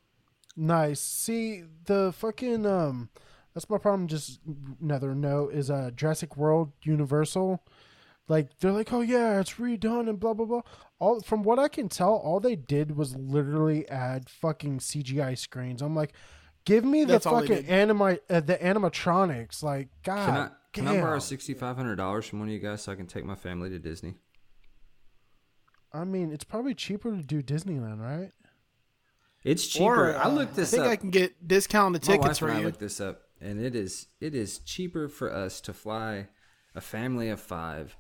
S5: Nice. See the fucking um that's my problem just another note is uh Jurassic World Universal. Like they're like, Oh yeah, it's redone and blah blah blah. All from what I can tell, all they did was literally add fucking CGI screens. I'm like, give me the
S6: That's all they
S5: fucking
S6: did.
S5: anima uh, the animatronics. Like God
S7: Can I? Can I
S5: damn.
S7: borrow sixty five hundred dollars from one of you guys so I can take my family to Disney?
S5: I mean, it's probably cheaper to do Disneyland, right?
S7: It's cheaper. I
S6: uh,
S7: looked this
S6: I think
S7: up.
S6: I can get discounted
S7: My
S6: tickets
S7: wife
S6: for
S7: and I
S6: you.
S7: looked this up, and it is it is cheaper for us to fly a family of five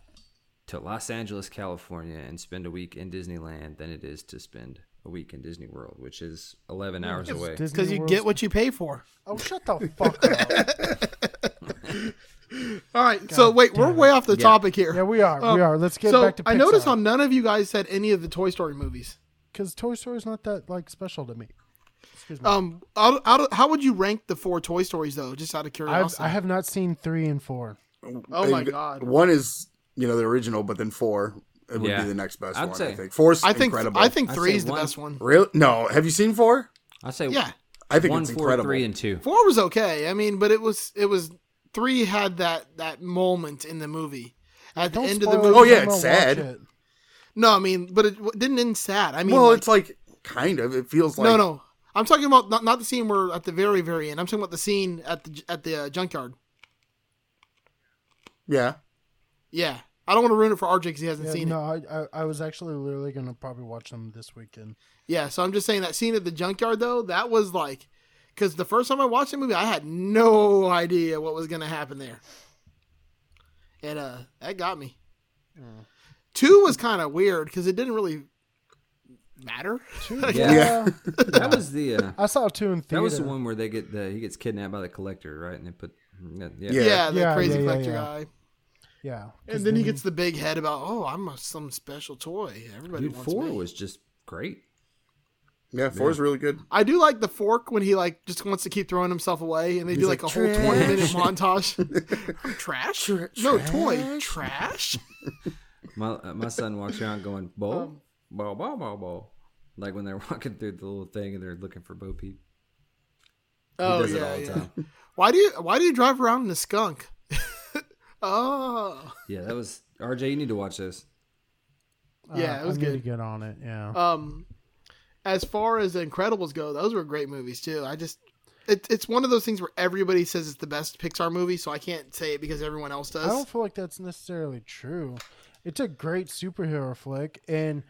S7: to Los Angeles, California, and spend a week in Disneyland than it is to spend a week in Disney World, which is eleven hours away.
S5: Disney
S6: Because you
S5: World's-
S6: get what you pay for.
S5: Oh shut the fuck up.
S6: All right, so wait, we're way off the topic here.
S5: Yeah, we are. we
S6: Um,
S5: are. Let's get
S6: so
S5: back to Pixar.
S6: I noticed how none of you guys said any of the Toy Story movies.
S5: because Toy Story's not that like special to me.
S6: Um, out, out of- how would you rank the four Toy Stories though? Just out of
S5: I've,
S6: curiosity.
S5: I have not seen three and four.
S6: oh my
S8: And
S6: god!
S8: one is you know the original, but then four it would
S7: Yeah.
S8: be the next best
S7: I'd
S8: one. I
S7: say-
S8: think four's
S6: I think
S8: incredible.
S6: I think
S7: I'd
S6: three
S7: say
S6: is the
S7: one.
S6: best one.
S8: Real? No, have you seen four?
S7: I say
S6: Yeah,
S8: I think
S7: one,
S8: it's
S7: four,
S8: incredible.
S7: three, and two.
S6: four was okay. I mean, but it was it was three had that that moment in the movie at the
S5: Don't
S6: end of
S5: spoil
S6: the
S5: it,
S6: movie.
S8: Oh, yeah,
S5: I'm
S8: it's
S5: gonna watch
S8: sad.
S5: it.
S6: No, I mean, but it w- didn't end sad. I mean,
S8: well,
S6: like-
S8: it's like kind of. It feels like
S6: no, no. I'm talking about not, not the scene where at the very very end. I'm talking about the scene at the j- at the uh, junkyard.
S8: Yeah,
S6: Yeah, I don't want to ruin it for RJ because he hasn't
S5: Yeah,
S6: seen
S5: no,
S6: it.
S5: I, I I was actually literally gonna probably watch them this weekend.
S6: Yeah, so I'm just saying that scene at the junkyard though, that was like, because the first time I watched the movie, I had no idea what was gonna happen there,
S5: Mm.
S6: and uh, that got me. Two was kind of weird because it didn't really matter?
S7: Yeah.
S5: Yeah.
S7: That was the. Uh,
S5: I saw two in theater.
S7: that was the one where they get the he gets kidnapped by the collector, right? And they put. Yeah.
S6: Yeah,
S8: Yeah.
S6: the
S5: Yeah,
S6: crazy
S5: yeah, yeah,
S6: collector
S5: yeah.
S6: guy.
S5: Yeah. 'cause
S6: And then he gets the big head about, oh, I'm a, some special toy. Everybody
S7: Dude,
S6: wants
S7: four
S6: me.
S7: was just great.
S8: Yeah, four is really good.
S6: I do like the fork when he like just wants to keep throwing himself away, and they do like, a whole twenty minute montage. trash? no toy. Trash.
S7: My uh, my son walks around going
S6: Um,
S7: bo bo bo bo bo, like when they're walking through the little thing and they're looking for Bo Peep.
S6: Oh
S7: does it
S6: yeah,
S7: all the
S6: yeah.
S7: time.
S6: Why do you Why do you drive around in a skunk? oh
S7: Yeah, that was RJ. You need to watch this.
S6: yeah,
S5: Uh,
S6: it was
S5: I need to
S6: good.
S5: get on it. Yeah.
S6: Um, as far as the Incredibles go, those were great movies too. I just it, it's one of those things where everybody says it's the best Pixar movie, so I can't say it because everyone else
S5: I don't
S6: does.
S5: feel like that's necessarily true. It's a great superhero flick, and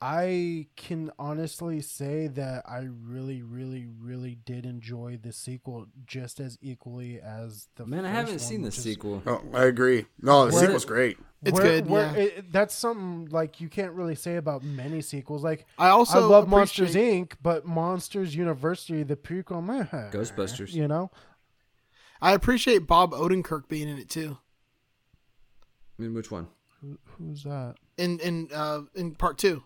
S5: I can honestly say that I really, really, really did enjoy the sequel just as equally as the.
S7: Man, I
S5: first
S7: haven't
S5: one,
S7: seen the
S5: which is-
S7: sequel.
S8: Oh, I agree. No, the
S5: Where-
S8: sequel's great.
S6: It's good, yeah.
S5: it- it- that's something like you can't really say about many sequels. Like
S6: I also
S5: I love Monsters
S6: appreciate-
S5: Inc., but Monsters University, the prequel, meh.
S7: Ghostbusters.
S5: You know,
S6: I appreciate Bob Odenkirk being in it too.
S7: I mean, which one?
S5: who's that?
S6: in in uh in part two.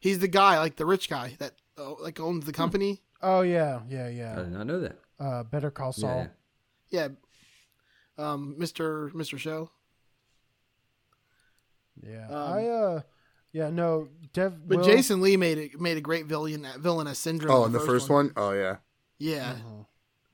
S6: He's the guy, like the rich guy that uh, like owns the company.
S5: Oh yeah, yeah,
S7: I
S5: yeah.
S7: did not know that.
S5: Uh, Better Call
S7: Yeah,
S5: Saul.
S7: yeah.
S6: Yeah, um, Mister Mister Show.
S5: Yeah,
S6: Um,
S5: I uh, yeah, no, Dev.
S6: But
S5: Will-
S6: Jason Lee made it made a great villain villain as syndrome.
S8: Oh, and the first one? Oh, yeah.
S6: Yeah,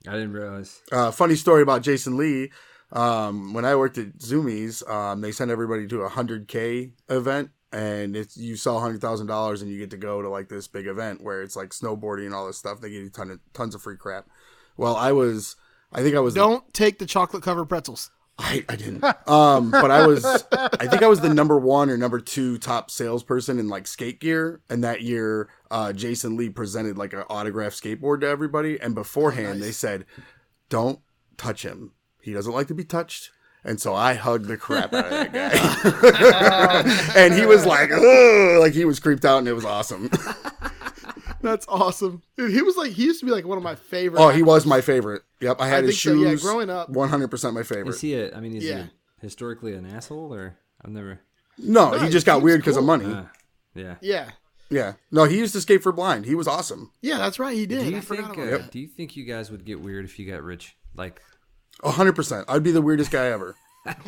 S7: I didn't realize.
S8: Uh, funny story about Jason Lee. Um, when I worked at Zoomies, um, they sent everybody to a hundred K event, and it's you sell hundred thousand dollars, and you get to go to like this big event where it's like snowboarding and all this stuff. They give you ton of, tons of free crap. Well, I was, I think I was.
S6: don't take the chocolate covered pretzels.
S8: I, I didn't. Um, but I was, I think I was the number one or number two top salesperson in like skate gear. And that year, uh, Jason Lee presented like an autographed skateboard to everybody. And beforehand, they said, don't touch him. He doesn't like to be touched. And so I hugged the crap out of that guy. and he was like, Ugh, like he was creeped out and it was awesome.
S6: That's awesome. Dude, he was like he used to be like one of my favorite.
S8: oh, he was my favorite. Yep. I had his
S6: think so, yeah,
S8: shoes.
S6: growing up.
S8: 100% my favorite.
S7: Is he a? I mean, is
S6: Yeah.
S7: he historically an asshole or? I've never.
S8: no, he just got
S6: he's
S8: weird because of money.
S7: Uh, yeah.
S6: Yeah,
S8: Yeah. No, he used to skate for blind. He was awesome.
S6: yeah, that's right. He did.
S7: Do you
S6: I forgot
S7: think?
S6: about
S7: Uh,
S6: that.
S7: do you think you guys would get weird if you got rich? Like,
S8: A hundred percent. I'd be the weirdest guy ever.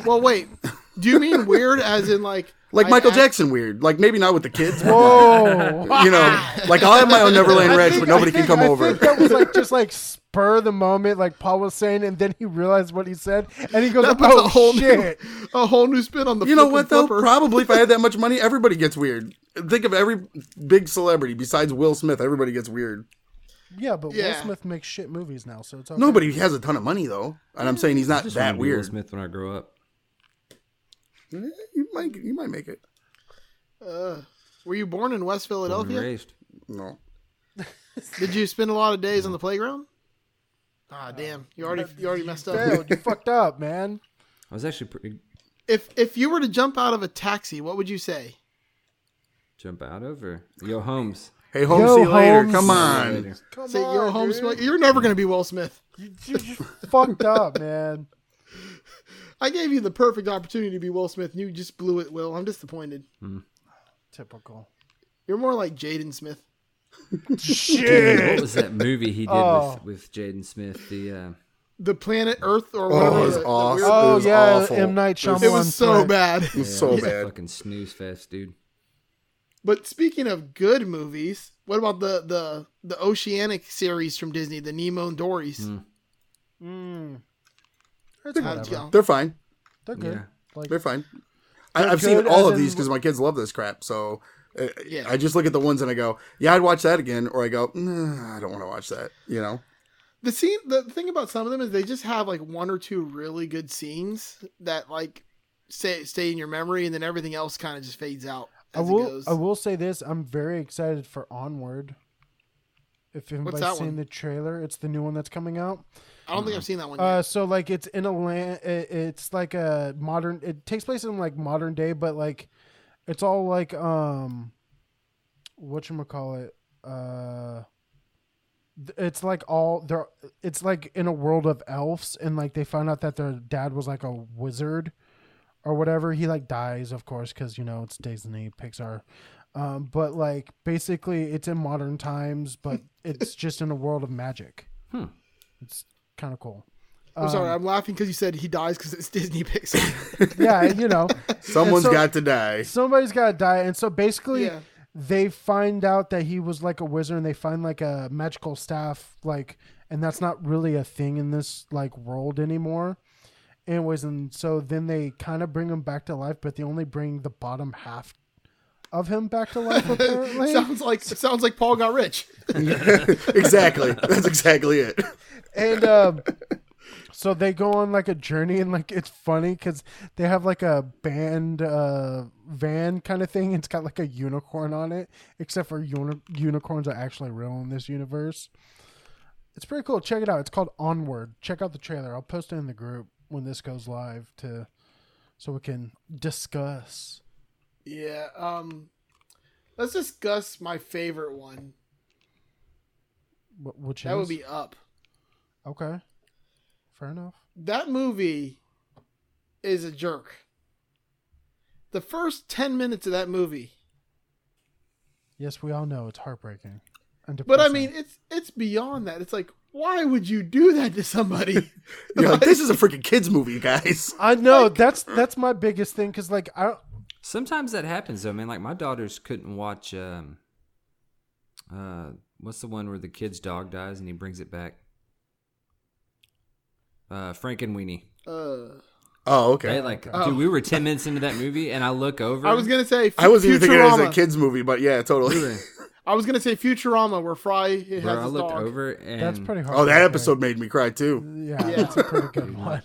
S6: Well, wait. Do you mean weird as in like
S8: Like
S6: I
S8: Michael
S6: act-
S8: Jackson weird. Like maybe not with the kids.
S5: Oh,
S8: you know, like I'll have my own Neverland Ranch, but nobody can come
S5: I
S8: over.
S5: think that was like just like spur of the moment, like Paul was saying, and then he realized what he said, and he goes,
S6: That puts
S5: "Oh
S6: a whole
S5: shit!"
S6: new a whole new spin on the
S8: You know
S6: flippin'
S8: what though?
S6: flipper.
S8: Probably if I had that much money, everybody gets weird. Think of every big celebrity besides Will Smith. Everybody gets weird.
S5: Yeah, but Will
S6: Yeah.
S5: Smith makes shit movies now, so it's okay.
S8: Nobody has a ton of money though, and I'm saying he's not
S7: I just wanna
S8: that
S7: be Will
S8: weird.
S7: Smith when I grow up.
S8: Eh, You might, you might make it.
S6: Were you born in West
S7: Born and
S6: Philadelphia?
S7: raised.
S8: No,
S6: Did you spend a lot of days on the playground? Ah, damn! You already you already messed up.
S5: Dude, you fucked up, man.
S7: I was actually pretty
S6: If if you were to jump out of a taxi, what would you say?
S7: jump out of or yo Holmes.
S8: Hey, home,
S5: Yo,
S8: see you later.
S5: Holmes.
S8: Come on.
S7: Later.
S5: Come
S6: Say,
S5: on,
S6: "Yo, home
S5: dude.
S6: smoke." You're never gonna be Will Smith.
S5: You, you just fucked up, man.
S6: I gave you the perfect opportunity to be Will Smith, and you just blew it. Will, I'm disappointed.
S5: Typical.
S6: You're more like Jaden Smith.
S5: Shit.
S7: What was that movie he did
S5: Oh.
S7: with, with Jaden Smith? The uh,
S6: The planet Earth or whatever.
S8: Oh, it was
S6: the- the
S8: awesome.
S6: weird-
S5: Oh
S8: was
S5: yeah,
S8: awful.
S5: M Night Shyamalan.
S6: it was so
S5: flick.
S6: bad.
S8: It's so
S7: yeah,
S8: bad.
S7: fucking snooze fest, dude.
S6: But speaking of good movies, what about the the the Oceanic series from Disney, the Nemo and Dory's?
S5: Mm. It's
S6: How'd
S5: whatever.
S6: y'all-
S8: They're fine.
S5: They're good.
S7: Yeah.
S5: Like,
S8: They're fine. I,
S5: They're
S8: I've seen
S5: good
S8: all
S5: as
S8: of
S5: in-
S8: these because my kids love this crap. So uh,
S6: Yeah.
S8: I just look at the ones and I go, "Yeah, I'd watch that again," or I go, "Nah, "I don't want to watch that." You know?
S6: the scene the thing about some of them is they just have like one or two really good scenes that like stay stay in your memory and then everything else kind of just fades out
S5: I
S6: as
S5: will.
S6: it goes
S5: I will say this: I'm very excited for Onward. If
S6: that
S5: anybody's seen
S6: one?
S5: the trailer, it's the new one that's coming out.
S6: i don't think i've seen that one
S5: Uh, so like it's in a land. It, it's like a modern. It takes place in like modern day, but like it's all like um, whatchamacallit, uh th- it's like all they're it's like in a world of elves and like they find out that their dad was like a wizard or whatever he like dies of course because you know it's disney pixar um, but like basically it's in modern times but it's just in a world of magic it's kind of cool
S6: I'm
S5: Um,
S6: sorry, I'm laughing because you said he dies because it's Disney Pixar.
S5: yeah you know
S8: Someone's
S5: so-
S8: got to die.
S5: somebody's got to die and so basically
S6: Yeah.
S5: they find out that he was like a wizard and they find like a magical staff like and that's not really a thing in this like world anymore anyways and so then they kind of bring him back to life but they only bring the bottom half of him back to life apparently
S6: sounds like sounds like Paul got rich.
S8: exactly. That's exactly it.
S5: and um, so they go on like a journey and like it's funny because they have like a band uh, van kind of thing it's got like a unicorn on it except for uni- unicorns are actually real in this universe it's pretty cool check it out it's called onward check out the trailer i'll post it in the group when this goes live to so we can discuss
S6: Yeah. Um, let's discuss my favorite one.
S5: what which
S6: That
S5: is
S6: would be Up.
S5: okay fair enough
S6: That movie is a jerk. The first ten minutes of that movie,
S5: yes we all know it's heartbreaking and
S6: but I
S5: depressing.
S6: mean, it's it's beyond that. It's like, why would you do that to somebody?
S8: You're like, this is a freaking kids movie, guys.
S5: I know that's
S6: mm.
S5: that's my biggest thing because like I
S7: Sometimes that happens though, man. Like my daughters couldn't watch um uh what's the one where the kid's dog dies and he brings it back? Uh Frank and Weenie.
S6: uh,
S8: Oh, okay.
S7: Right? Like dude, we were ten minutes into that movie and I look over
S6: I was gonna say
S8: I wasn't even thinking it was
S6: Futurama.
S8: a kids movie, but yeah, totally.
S6: I was gonna say Futurama, where Fry has his
S7: bro, I looked
S6: dog.
S7: over and
S5: that's pretty hard.
S8: oh, that episode made me cry too.
S5: Yeah,
S6: Yeah.
S5: that's a pretty good one.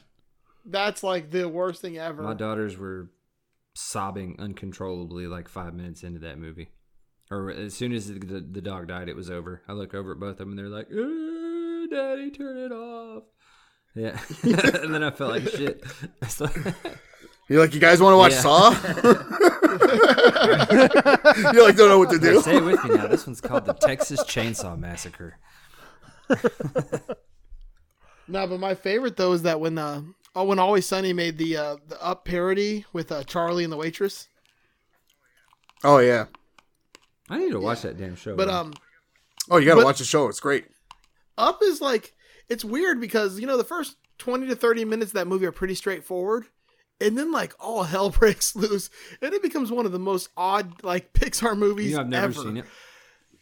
S6: That's like the worst thing ever.
S7: my daughters were sobbing uncontrollably like five minutes into that movie. Or as soon as the, the, the dog died, it was over. I look over at both of them and they're like, "Ooh, "Daddy, turn it off." Yeah, and then I felt like shit. It's like-
S8: You're like, you guys want to watch
S7: Yeah.
S8: Saw? You're like, don't know what to do.
S7: Say it with me now. This one's called the Texas Chainsaw Massacre.
S6: No, but my favorite though is that when uh oh when Always Sunny made the uh the up parody with uh Charlie and the waitress.
S8: Oh yeah.
S7: I need to watch that damn show.
S6: But
S7: man.
S6: um
S8: Oh, you gotta
S6: But-
S8: watch the show. It's great.
S6: Up is like it's weird because you know the first twenty to thirty minutes of that movie are pretty straightforward. And then like all hell breaks loose and it becomes one of the most odd like Pixar movies.
S7: you know, I've never
S6: ever.
S7: seen it.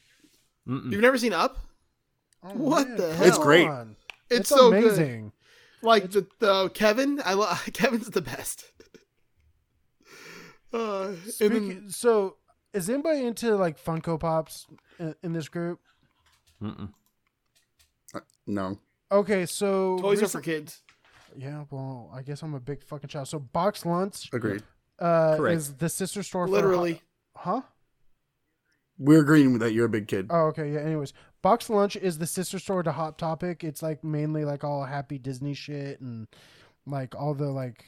S6: You've never seen Up?
S5: Oh,
S6: what the hell?
S8: It's great.
S5: on.
S6: It's,
S5: It's,
S6: so good.
S5: amazing.
S6: Like the, the Kevin, I love Kevin's the best. Uh, and
S5: Speaking,
S6: then
S5: so, is anybody into like Funko Pops in, in this group?
S8: No.
S5: Okay, so
S6: Toys are
S5: recent-
S6: for kids.
S5: yeah. Well, I guess I'm a big fucking child. So, Box Lunch
S8: Agreed.
S5: uh,
S7: Correct.
S5: is the sister store. for-
S6: Literally.
S5: huh?
S8: We're agreeing that you're a big
S6: Uh,
S8: kid.
S5: Oh, okay. Yeah. Anyways, Box Lunch is the sister store to Hot Topic. It's like mainly like all happy Disney shit and like all the like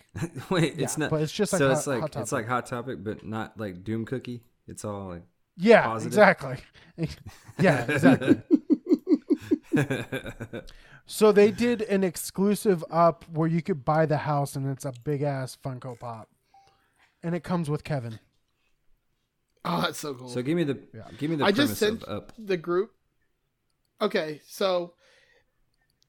S7: Wait, it's
S5: Yeah,
S7: not.
S5: but it's just like
S7: so
S5: Hot-
S7: it's like
S5: Hot
S7: it's like hot topic, but not like Doom Cookie. It's all like
S5: yeah
S7: Positive.
S5: exactly yeah exactly. so they did an exclusive up where you could buy the house and it's a big ass Funko Pop, and it comes with Kevin.
S6: Oh, that's so cool.
S7: So give me the give me the
S6: I
S7: premise
S6: just sent
S7: of up.
S6: the group. Okay, so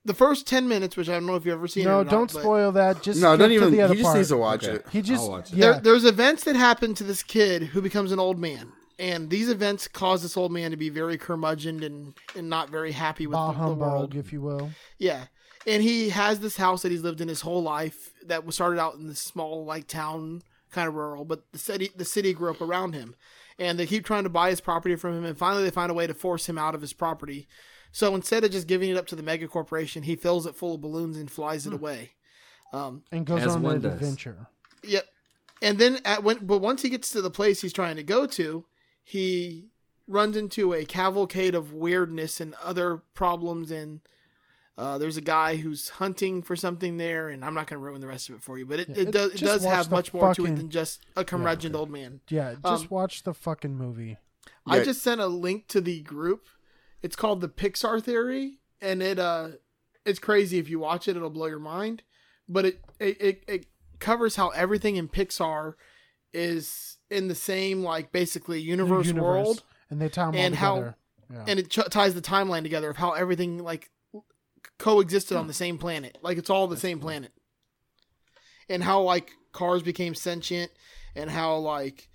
S6: the first ten minutes, which I don't know if you've ever seen. it
S5: No,
S6: or not,
S5: don't
S6: but
S5: spoil that. Just
S8: no,
S5: skip
S8: don't
S5: to
S8: even.
S5: the other
S8: He just
S5: part.
S8: needs to watch
S7: Okay.
S8: it.
S5: He just
S7: I'll watch it.
S5: yeah.
S6: There, there's events that happen to this kid who becomes an old man, and these events cause this old man to be very curmudgeoned and and not very happy with
S5: bah
S6: the, the world.
S5: humbug, if you will.
S6: Yeah. And he has this house that he's lived in his whole life that was started out in this small like town kind of rural, but the city the city grew up around him. And they keep trying to buy his property from him and finally they find a way to force him out of his property. So instead of just giving it up to the mega corporation, he fills it full of balloons and flies it away.
S5: And goes
S7: As
S5: on
S7: one
S5: an
S7: does.
S5: adventure.
S6: Yep. And then at when but once he gets to the place he's trying to go to, he runs into a cavalcade of weirdness and other problems and uh, there's a guy who's hunting for something there, and I'm not going to ruin the rest of it for you, but it, it,
S5: it-
S6: does it
S5: just
S6: does
S5: watch
S6: have
S5: the
S6: much more to it
S5: fucking-
S6: than just a curmudgeoned old man.
S5: Yeah, just
S6: Um,
S5: watch the fucking movie.
S6: I
S8: Yeah.
S6: just sent a link to the group. It's called the Pixar Theory, and it uh, it's crazy. If you watch it, it'll blow your mind. But it it it, it covers how everything in Pixar is in the same like basically universe, world,
S5: and they tie 'em all
S6: and how-
S5: together. Yeah.
S6: and it ch- ties the timeline together of how everything like coexisted on the same planet. Like it's all the same planet, and how like cars became sentient, and how like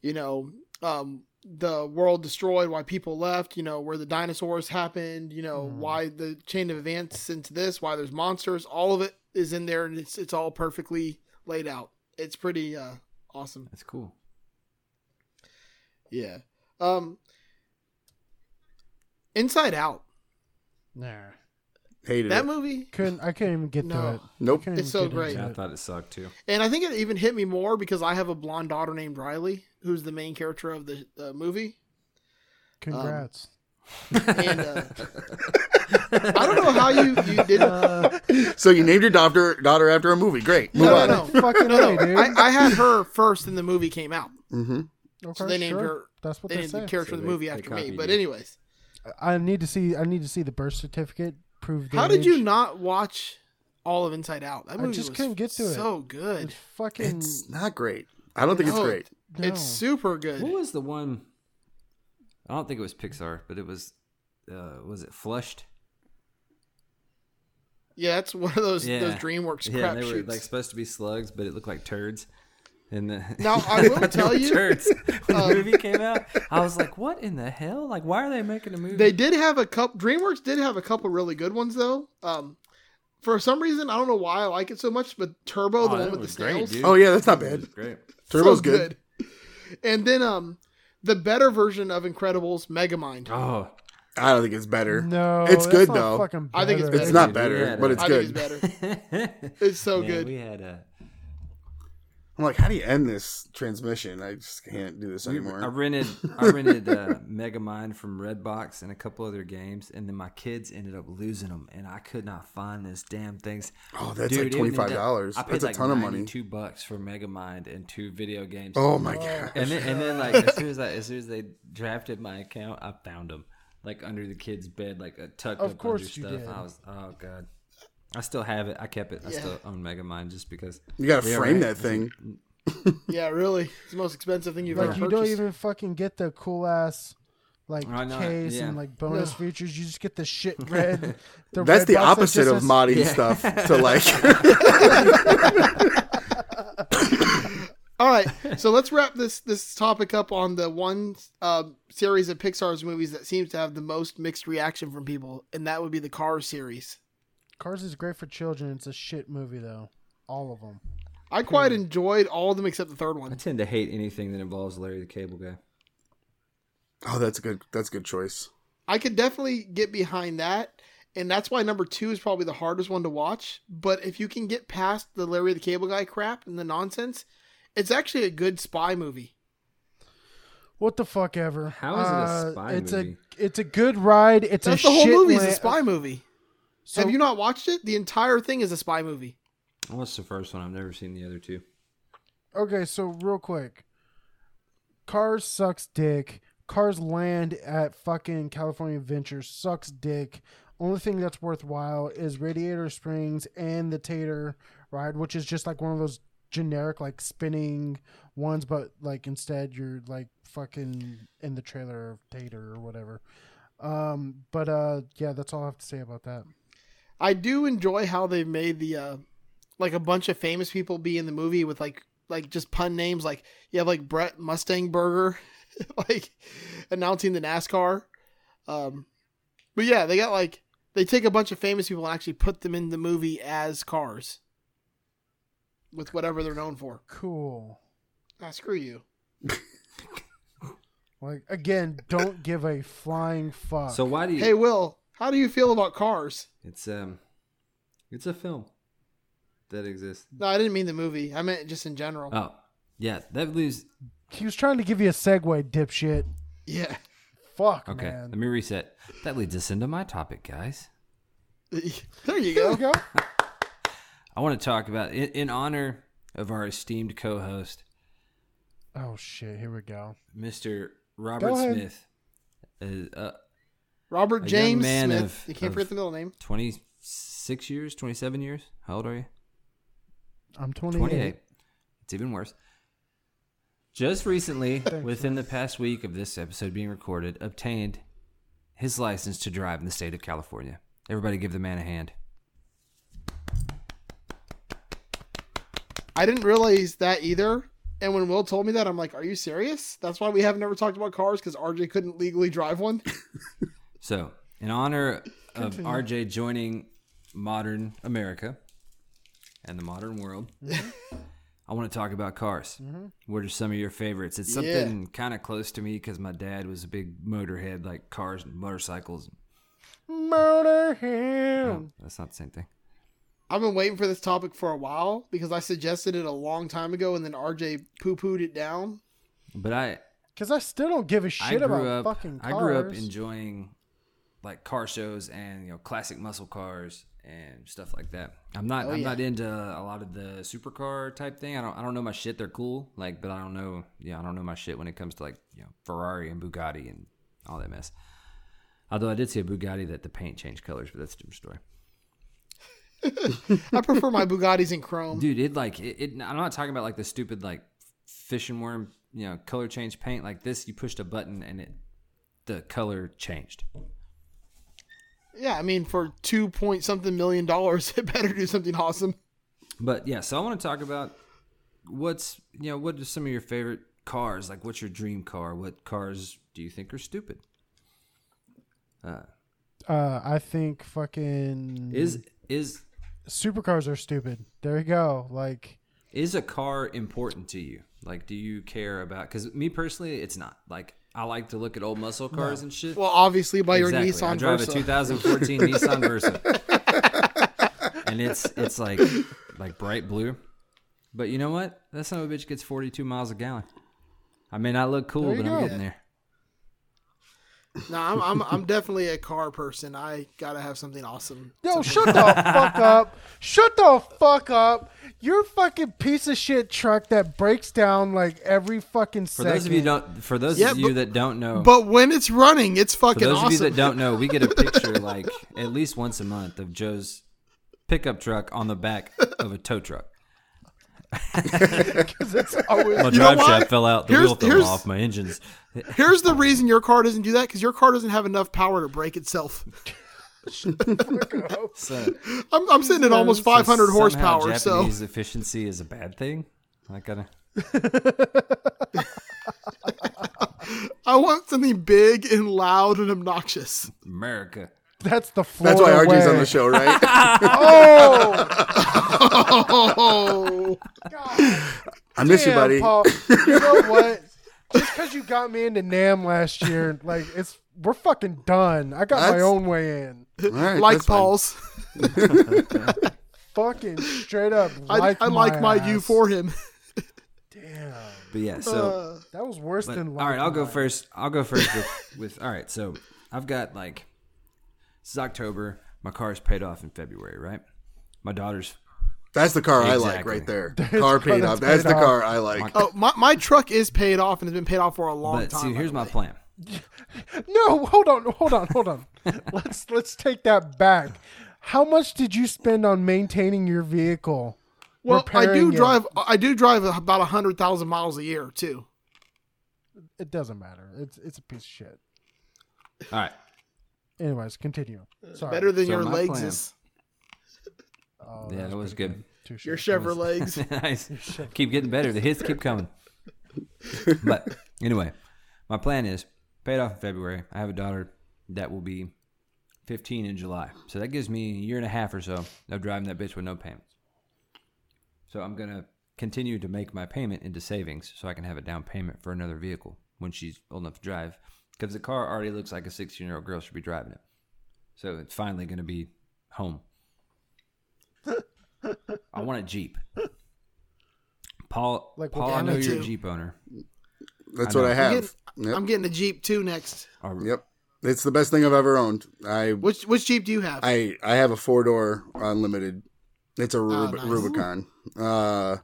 S6: you know um, the world destroyed, why people left, you know where the dinosaurs happened, you know
S5: Mm.
S6: why the chain of events into this, why there's monsters, all of it is in there, and it's it's all perfectly laid out. It's pretty uh, awesome.
S7: That's cool.
S6: Yeah. Um, Inside Out.
S5: Nah.
S8: Hated
S6: That
S8: it.
S6: movie
S5: Couldn't I couldn't even get
S6: No.
S5: to it.
S8: Nope.
S5: Couldn't even
S6: It's so
S5: get
S6: great.
S5: into
S7: Yeah, I
S5: it.
S7: thought it sucked too.
S6: And I think it even hit me more because I have a blonde daughter named Riley, who's the main character of the uh, movie.
S5: Congrats.
S6: And uh, I don't know how you, you didn't.
S5: Uh,
S8: So you named your daughter daughter after a movie. Great. Move
S6: no,
S8: on.
S6: no, no.
S5: Fucking
S6: No,
S5: no,
S6: no.
S5: dude.
S6: I, I had her first, and the movie came out.
S8: hmm
S5: okay,
S6: So they named
S5: sure.
S6: her.
S5: That's what
S6: They
S5: they,
S6: named the
S5: say.
S6: character
S7: So
S6: of the
S7: they-
S6: movie
S7: they
S6: after me.
S7: copied
S6: But
S7: you.
S6: anyways,
S5: I need to see. I need to see the birth certificate. Prove. The
S6: how did you
S5: age.
S6: not watch all of Inside Out? That
S5: I
S6: movie
S5: just
S6: was
S5: couldn't get to it.
S6: So good.
S5: It's fucking.
S8: It's not great. I don't think it's
S6: No,
S8: great.
S5: no.
S6: It's super good.
S7: What was the one? I don't think it was Pixar, but it was. Uh, was it Flushed?
S6: Yeah, it's one of those
S7: Yeah.
S6: those DreamWorks
S7: Yeah,
S6: crap
S7: and they were
S6: shoots.
S7: like supposed to be slugs, but it looked like turds. And the,
S6: Now, I will
S7: They were
S6: tell you, um,
S7: turds. when
S6: Uh,
S7: the movie came out, I was like, "What in the hell? Like, why are they making a movie?"
S6: They did have a couple. DreamWorks did have a couple really good ones though. Um, for some reason, I don't know why I like it so much, but Turbo,
S7: Oh,
S6: the
S7: that
S6: one with the
S7: was great,
S6: snails,
S7: dude.
S8: Oh yeah, that's not bad.
S7: Great.
S8: Turbo's
S6: so
S8: good.
S6: good. And then um, the better version of Incredibles, Megamind.
S7: Oh,
S8: I don't think it's better.
S5: No,
S8: it's
S5: that's
S8: good
S5: not
S8: though.
S5: Fucking
S6: I think it's
S5: better.
S8: It's
S6: better.
S8: not
S7: Dude, we
S8: better,
S7: had
S8: but
S7: a-
S8: it's
S6: I
S8: good.
S6: think it's better.
S7: it's
S6: It's so good.
S7: We had a.
S8: I'm like, how do you end this transmission? I just can't do this
S7: we-
S8: anymore.
S7: I rented I rented uh, Megamind from Redbox and a couple other games, and then my kids ended up losing them, and I could not find this damn things.
S8: Oh, that's like
S7: it ended up-
S8: $25.
S7: I paid
S8: That's a
S7: like
S8: ton of money.
S7: Two bucks for Megamind and two video games.
S8: oh my god.
S7: And then, and then like as soon as I, as soon as they drafted my account, I found them like under the kid's bed, like a tucked
S5: Of
S7: up under
S5: course you
S7: stuff.
S5: did.
S7: I was oh god. I still have it. I kept it. I
S6: Yeah.
S7: still own Megamind just because.
S8: You gotta
S7: Yeah,
S8: frame
S7: right.
S8: that thing.
S6: Yeah, really, it's the most expensive thing you've
S5: Like
S6: ever
S5: you
S6: purchased.
S5: don't even fucking get the cool ass like
S7: Why not?
S5: case
S7: Yeah.
S5: and like bonus features. You just get the shit red. the
S8: That's
S5: red box
S8: the
S5: that
S8: opposite
S5: just
S8: of
S5: says-
S8: modding stuff to like
S6: All right, so let's wrap this this topic up on the one uh, series of Pixar's movies that seems to have the most mixed reaction from people, and that would be the Cars series.
S5: Cars is great for children. It's a shit movie though. All of them.
S6: I quite
S5: Hmm.
S6: enjoyed all of them except the third
S7: I
S6: one.
S7: tend to hate anything that involves Larry the Cable Guy.
S8: Oh, that's a good that's a good choice.
S6: I could definitely get behind that, and that's why number two is probably the hardest one to watch. But if you can get past the Larry the Cable Guy crap and the nonsense, it's actually a good spy movie.
S5: What the fuck ever? Uh,
S7: How is it a spy
S5: it's
S7: movie?
S5: A, it's a good ride. It's
S6: That's
S5: a
S6: the whole
S5: shit
S6: movie is
S5: la-
S6: a spy movie.
S5: So-
S6: Have you not watched it? The entire thing is a spy movie.
S7: Well, that's the first one. I've never seen the other two.
S5: Okay, so real quick. Cars sucks dick. Cars land at fucking California Adventure sucks dick. Only thing that's worthwhile is Radiator Springs and the Tater ride, which is just like one of those generic like spinning ones, but like instead you're like fucking in the trailer of Tater or whatever. Um, but uh, yeah, that's all I have to say about that.
S6: I do enjoy how they've made the uh, like a bunch of famous people be in the movie with like like just pun names. Like you have like Brett Mustang Burger, like announcing the NASCAR. Um, but yeah, they got like they take a bunch of famous people and actually put them in the movie as cars with whatever they're known for.
S5: Cool.
S6: Ah, screw you.
S5: Like again, don't give a flying fuck.
S7: So why do you?
S6: Hey, Will, how do you feel about cars?
S7: It's um, it's a film that exists.
S6: No, I didn't mean the movie. I meant just in general.
S7: Oh, yeah, that leaves.
S5: He was trying to give you a segue, dipshit.
S6: yeah.
S5: Fuck,
S7: Okay,
S5: man.
S7: let me reset. That leads us into my topic, guys.
S6: there you
S5: There
S6: go.
S5: we go.
S7: I want to talk about in, in honor of our esteemed co-host,
S5: Oh shit! Here we go.
S7: Mister Robert
S5: ahead.
S7: Smith, is, uh,
S6: Robert
S7: young
S6: James
S7: man
S6: Smith.
S7: of-
S6: you can't
S7: of-
S6: forget the middle name.
S7: 26 years, 27 years. How old are you?
S5: I'm 28.
S7: 28. It's even worse. Just recently, within the past week of this episode being recorded, obtained his license to drive in the state of California. Everybody give the man a hand.
S6: I didn't realize that either. And when Will told me that, I'm like, "Are you serious?" That's why we have never talked about cars because RJ couldn't legally drive one.
S7: So, in honor of RJ joining modern America and the modern world, I want to talk about cars. What are some of your favorites? It's
S6: Yeah.
S7: something kind of close to me because my dad was a big motorhead, like cars and motorcycles.
S5: Murder him.
S7: Oh, that's not the same thing.
S6: I've been waiting for this topic for a while because I suggested it a long time ago, and then RJ poo pooed it down.
S7: But I,
S5: Because I still don't give a shit
S7: I grew
S5: about
S7: up,
S5: fucking cars.
S7: I grew up enjoying like car shows and you know classic muscle cars and stuff like that. I'm not I'm
S6: yeah.
S7: not into a lot of the supercar type thing. I don't I don't know my shit. They're cool, like, but I don't know. Yeah, I don't know my shit when it comes to like you know Ferrari and Bugatti and all that mess. Although I did see a Bugatti that the paint changed colors, but that's a different story.
S6: I prefer my Bugattis in chrome.
S7: Dude, it like it, it. I'm not talking about like the stupid like fish and worm, you know, color change paint like this. You pushed a button and it the color changed.
S6: Yeah, I mean, for two point something million dollars, it better do something awesome.
S7: But yeah, so I want to talk about what's you know what are some of your favorite cars? Like, what's your dream car? What cars do you think are stupid?
S5: Uh, I think fucking
S7: Is is
S5: supercars are stupid. There you go. Like
S7: is a car important to you? Like, do you care about? Because me personally, it's not. Like, I like to look at old muscle cars and shit.
S6: Well, obviously by
S7: exactly.
S6: your Nissan
S7: I drive
S6: Versa.
S7: a 2014 Nissan Versa, and it's it's like like bright blue. But you know what? That son of a bitch gets 42 miles a gallon. I may not look cool,
S5: There you
S7: but I'm
S5: go.
S7: getting there.
S6: no, I'm, I'm I'm definitely a car person. I gotta have something awesome.
S5: Yo, shut the fuck up. Shut the fuck up. You're a fucking piece of shit truck that breaks down like every fucking
S7: For
S5: second.
S7: those of you don't, for those
S6: Yeah,
S7: of you
S6: but-
S7: that don't know,
S6: But when it's running, it's
S7: Oh. for
S6: fucking
S7: those
S6: awesome.
S7: of you that don't know, we get a picture like at least once a month of Joe's pickup truck on the back of a tow truck. My
S6: Oh, You know
S7: drive
S6: why?
S7: shaft fell out. The
S6: Here's-
S7: wheel fell
S6: here's-
S7: off. My engines.
S6: Here's the reason your car doesn't do that because your car doesn't have enough power to brake itself.
S7: So,
S6: I'm, I'm sitting at almost 500
S7: so somehow
S6: horsepower, so
S7: Japanese efficiency is a bad thing. I gotta.
S6: I want something big and loud and obnoxious.
S7: America.
S5: That's the floor.
S8: That's why RJ's on
S5: way.
S8: the show, right?
S5: Oh,
S6: Oh,
S8: I miss you,
S5: damn,
S8: buddy.
S5: Paul. You know what? Just because you got me into Nam last year, like it's we're fucking done. I got my
S8: That's-
S5: own way in.
S8: All right,
S6: like
S8: that's fine.
S6: Paul's.
S5: Fucking straight up.
S6: I
S5: Like
S6: I like my
S5: ass.
S6: U for him.
S5: Damn,
S7: But yeah, so.
S6: Uh,
S5: that was worse
S7: But-
S5: than.
S7: all right,
S5: like
S7: I'll go
S5: mine.
S7: first. I'll go first with, with all right. So I've got like this is October. My car's paid off in February, right? My daughter's
S8: That's the car I like
S7: Exactly.
S8: right there. Car paid
S5: that's
S8: off. That's
S5: paid
S8: the
S5: off.
S8: car I like.
S6: Oh, my, my truck is paid off and has been paid off for a long
S7: but
S6: time.
S7: see,
S6: by
S7: here's
S6: the
S7: my
S6: way.
S7: plan.
S5: No, hold on, hold on, hold on. let's let's take that back. How much did you spend on maintaining your vehicle?
S6: Well, I do
S5: repairing it?
S6: drive. I do drive about hundred thousand miles a year too.
S5: It doesn't matter. It's it's a piece of shit.
S7: All right.
S5: Anyways, continue. Sorry.
S6: Better than
S7: So
S6: your
S7: my
S6: legs
S7: plan-
S6: is
S5: Oh,
S7: yeah, that was good.
S5: too shit.
S6: your Chevrolet legs.
S7: nice. Keep getting better. The hits keep coming. but anyway, my plan is paid off in February. I have a daughter that will be 15 in July. So that gives me a year and a half or so of driving that bitch with no payments. So I'm going to continue to make my payment into savings so I can have a down payment for another vehicle when she's old enough to drive because the car already looks like a 16 year old girl should be driving it. So it's finally going to be home. I want a Jeep. Paul,
S5: Like what
S7: Paul, I
S5: kind
S7: know
S5: of
S7: you're a
S6: Jeep?
S7: Jeep owner.
S8: That's
S7: I
S8: what
S7: know.
S8: I
S6: I'm
S8: have.
S6: getting-
S8: Yep.
S6: I'm getting a Jeep too next.
S7: Are-
S8: yep. It's the best thing I've ever owned. I
S6: Which which Jeep do you have?
S8: I I have a four door unlimited. It's a Rub-
S6: nice.
S8: Rubicon. Uh,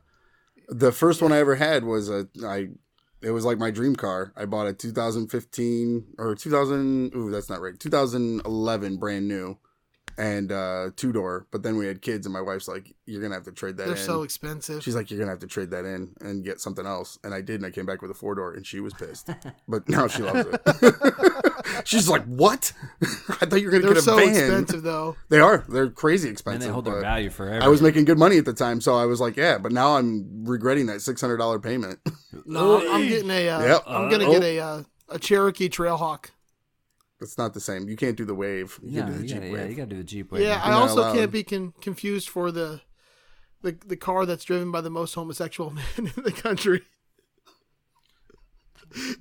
S8: the first one I ever had was a I It was like my dream car. I bought a 2015 or 2000. Ooh, that's not right. 2011, brand new, and uh, two door. But then we had kids, and my wife's like, "You're gonna have to trade that."
S6: They're
S8: in.
S6: so expensive.
S8: She's like, "You're gonna have to trade that in and get something else." And I did, and I came back with a four door, and she was pissed. But now she loves it. She's like, "What? I thought you were gonna
S6: They're
S8: get a
S6: so
S8: van."
S6: expensive though.
S8: They are. They're crazy
S7: and
S8: expensive.
S7: they hold their
S8: but-
S7: value forever.
S8: I was making good money at the time, so I was like, yeah, but now I'm regretting that six hundred dollar payment.
S6: No, I'm- I'm getting a. Uh,
S8: Yep.
S6: I'm gonna get a uh, a Cherokee Trailhawk.
S8: It's not the same. You can't do the wave. You
S7: yeah,
S8: can do the
S7: you
S8: Jeep
S7: gotta, yeah,
S8: wave.
S7: you gotta do the Jeep way.
S6: Yeah, I
S8: not
S6: also
S8: allowed.
S6: can't be con- confused for the, the the car that's driven by the most homosexual man in the country.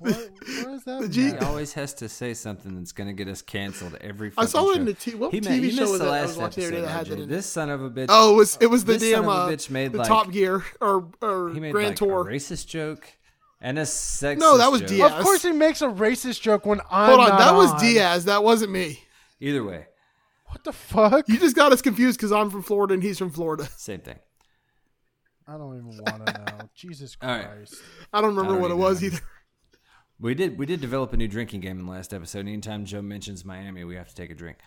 S5: What, what is that?
S6: The
S5: about?
S6: Jeep-
S7: He always has to say something that's gonna get us canceled every.
S6: I saw
S7: fucking
S6: it in
S7: show.
S6: the t- what
S7: he ma-
S6: TV
S7: you
S6: show
S7: missed
S6: was
S7: the
S6: that I
S7: last
S6: was watching the
S7: episode.
S6: other day that had
S7: RJ.
S6: that in it?
S7: This son of a bitch.
S6: Oh, it was it was the
S7: This son
S6: damn
S7: of a
S6: uh,
S7: bitch made,
S6: the
S7: like-
S6: Top Gear or or
S7: he made
S6: Grand
S7: like,
S6: Tour.
S7: a racist joke and a sexist.
S6: No, that was
S7: joke.
S6: Diaz.
S5: Of course, he makes a racist joke when I'm
S6: Hold on,
S5: not
S6: that was
S5: on.
S6: Diaz. That wasn't me.
S7: Either way,
S5: What the fuck?
S6: You just got us confused because I'm from Florida and he's from Florida.
S7: same thing.
S5: I don't even want to know. Jesus
S7: All right.
S5: Christ.
S6: I don't remember
S7: I don't
S6: what it
S7: even
S6: was
S7: know.
S6: either.
S7: We did we did develop a new drinking game in the last episode. Anytime Joe mentions Miami, we have to take a drink.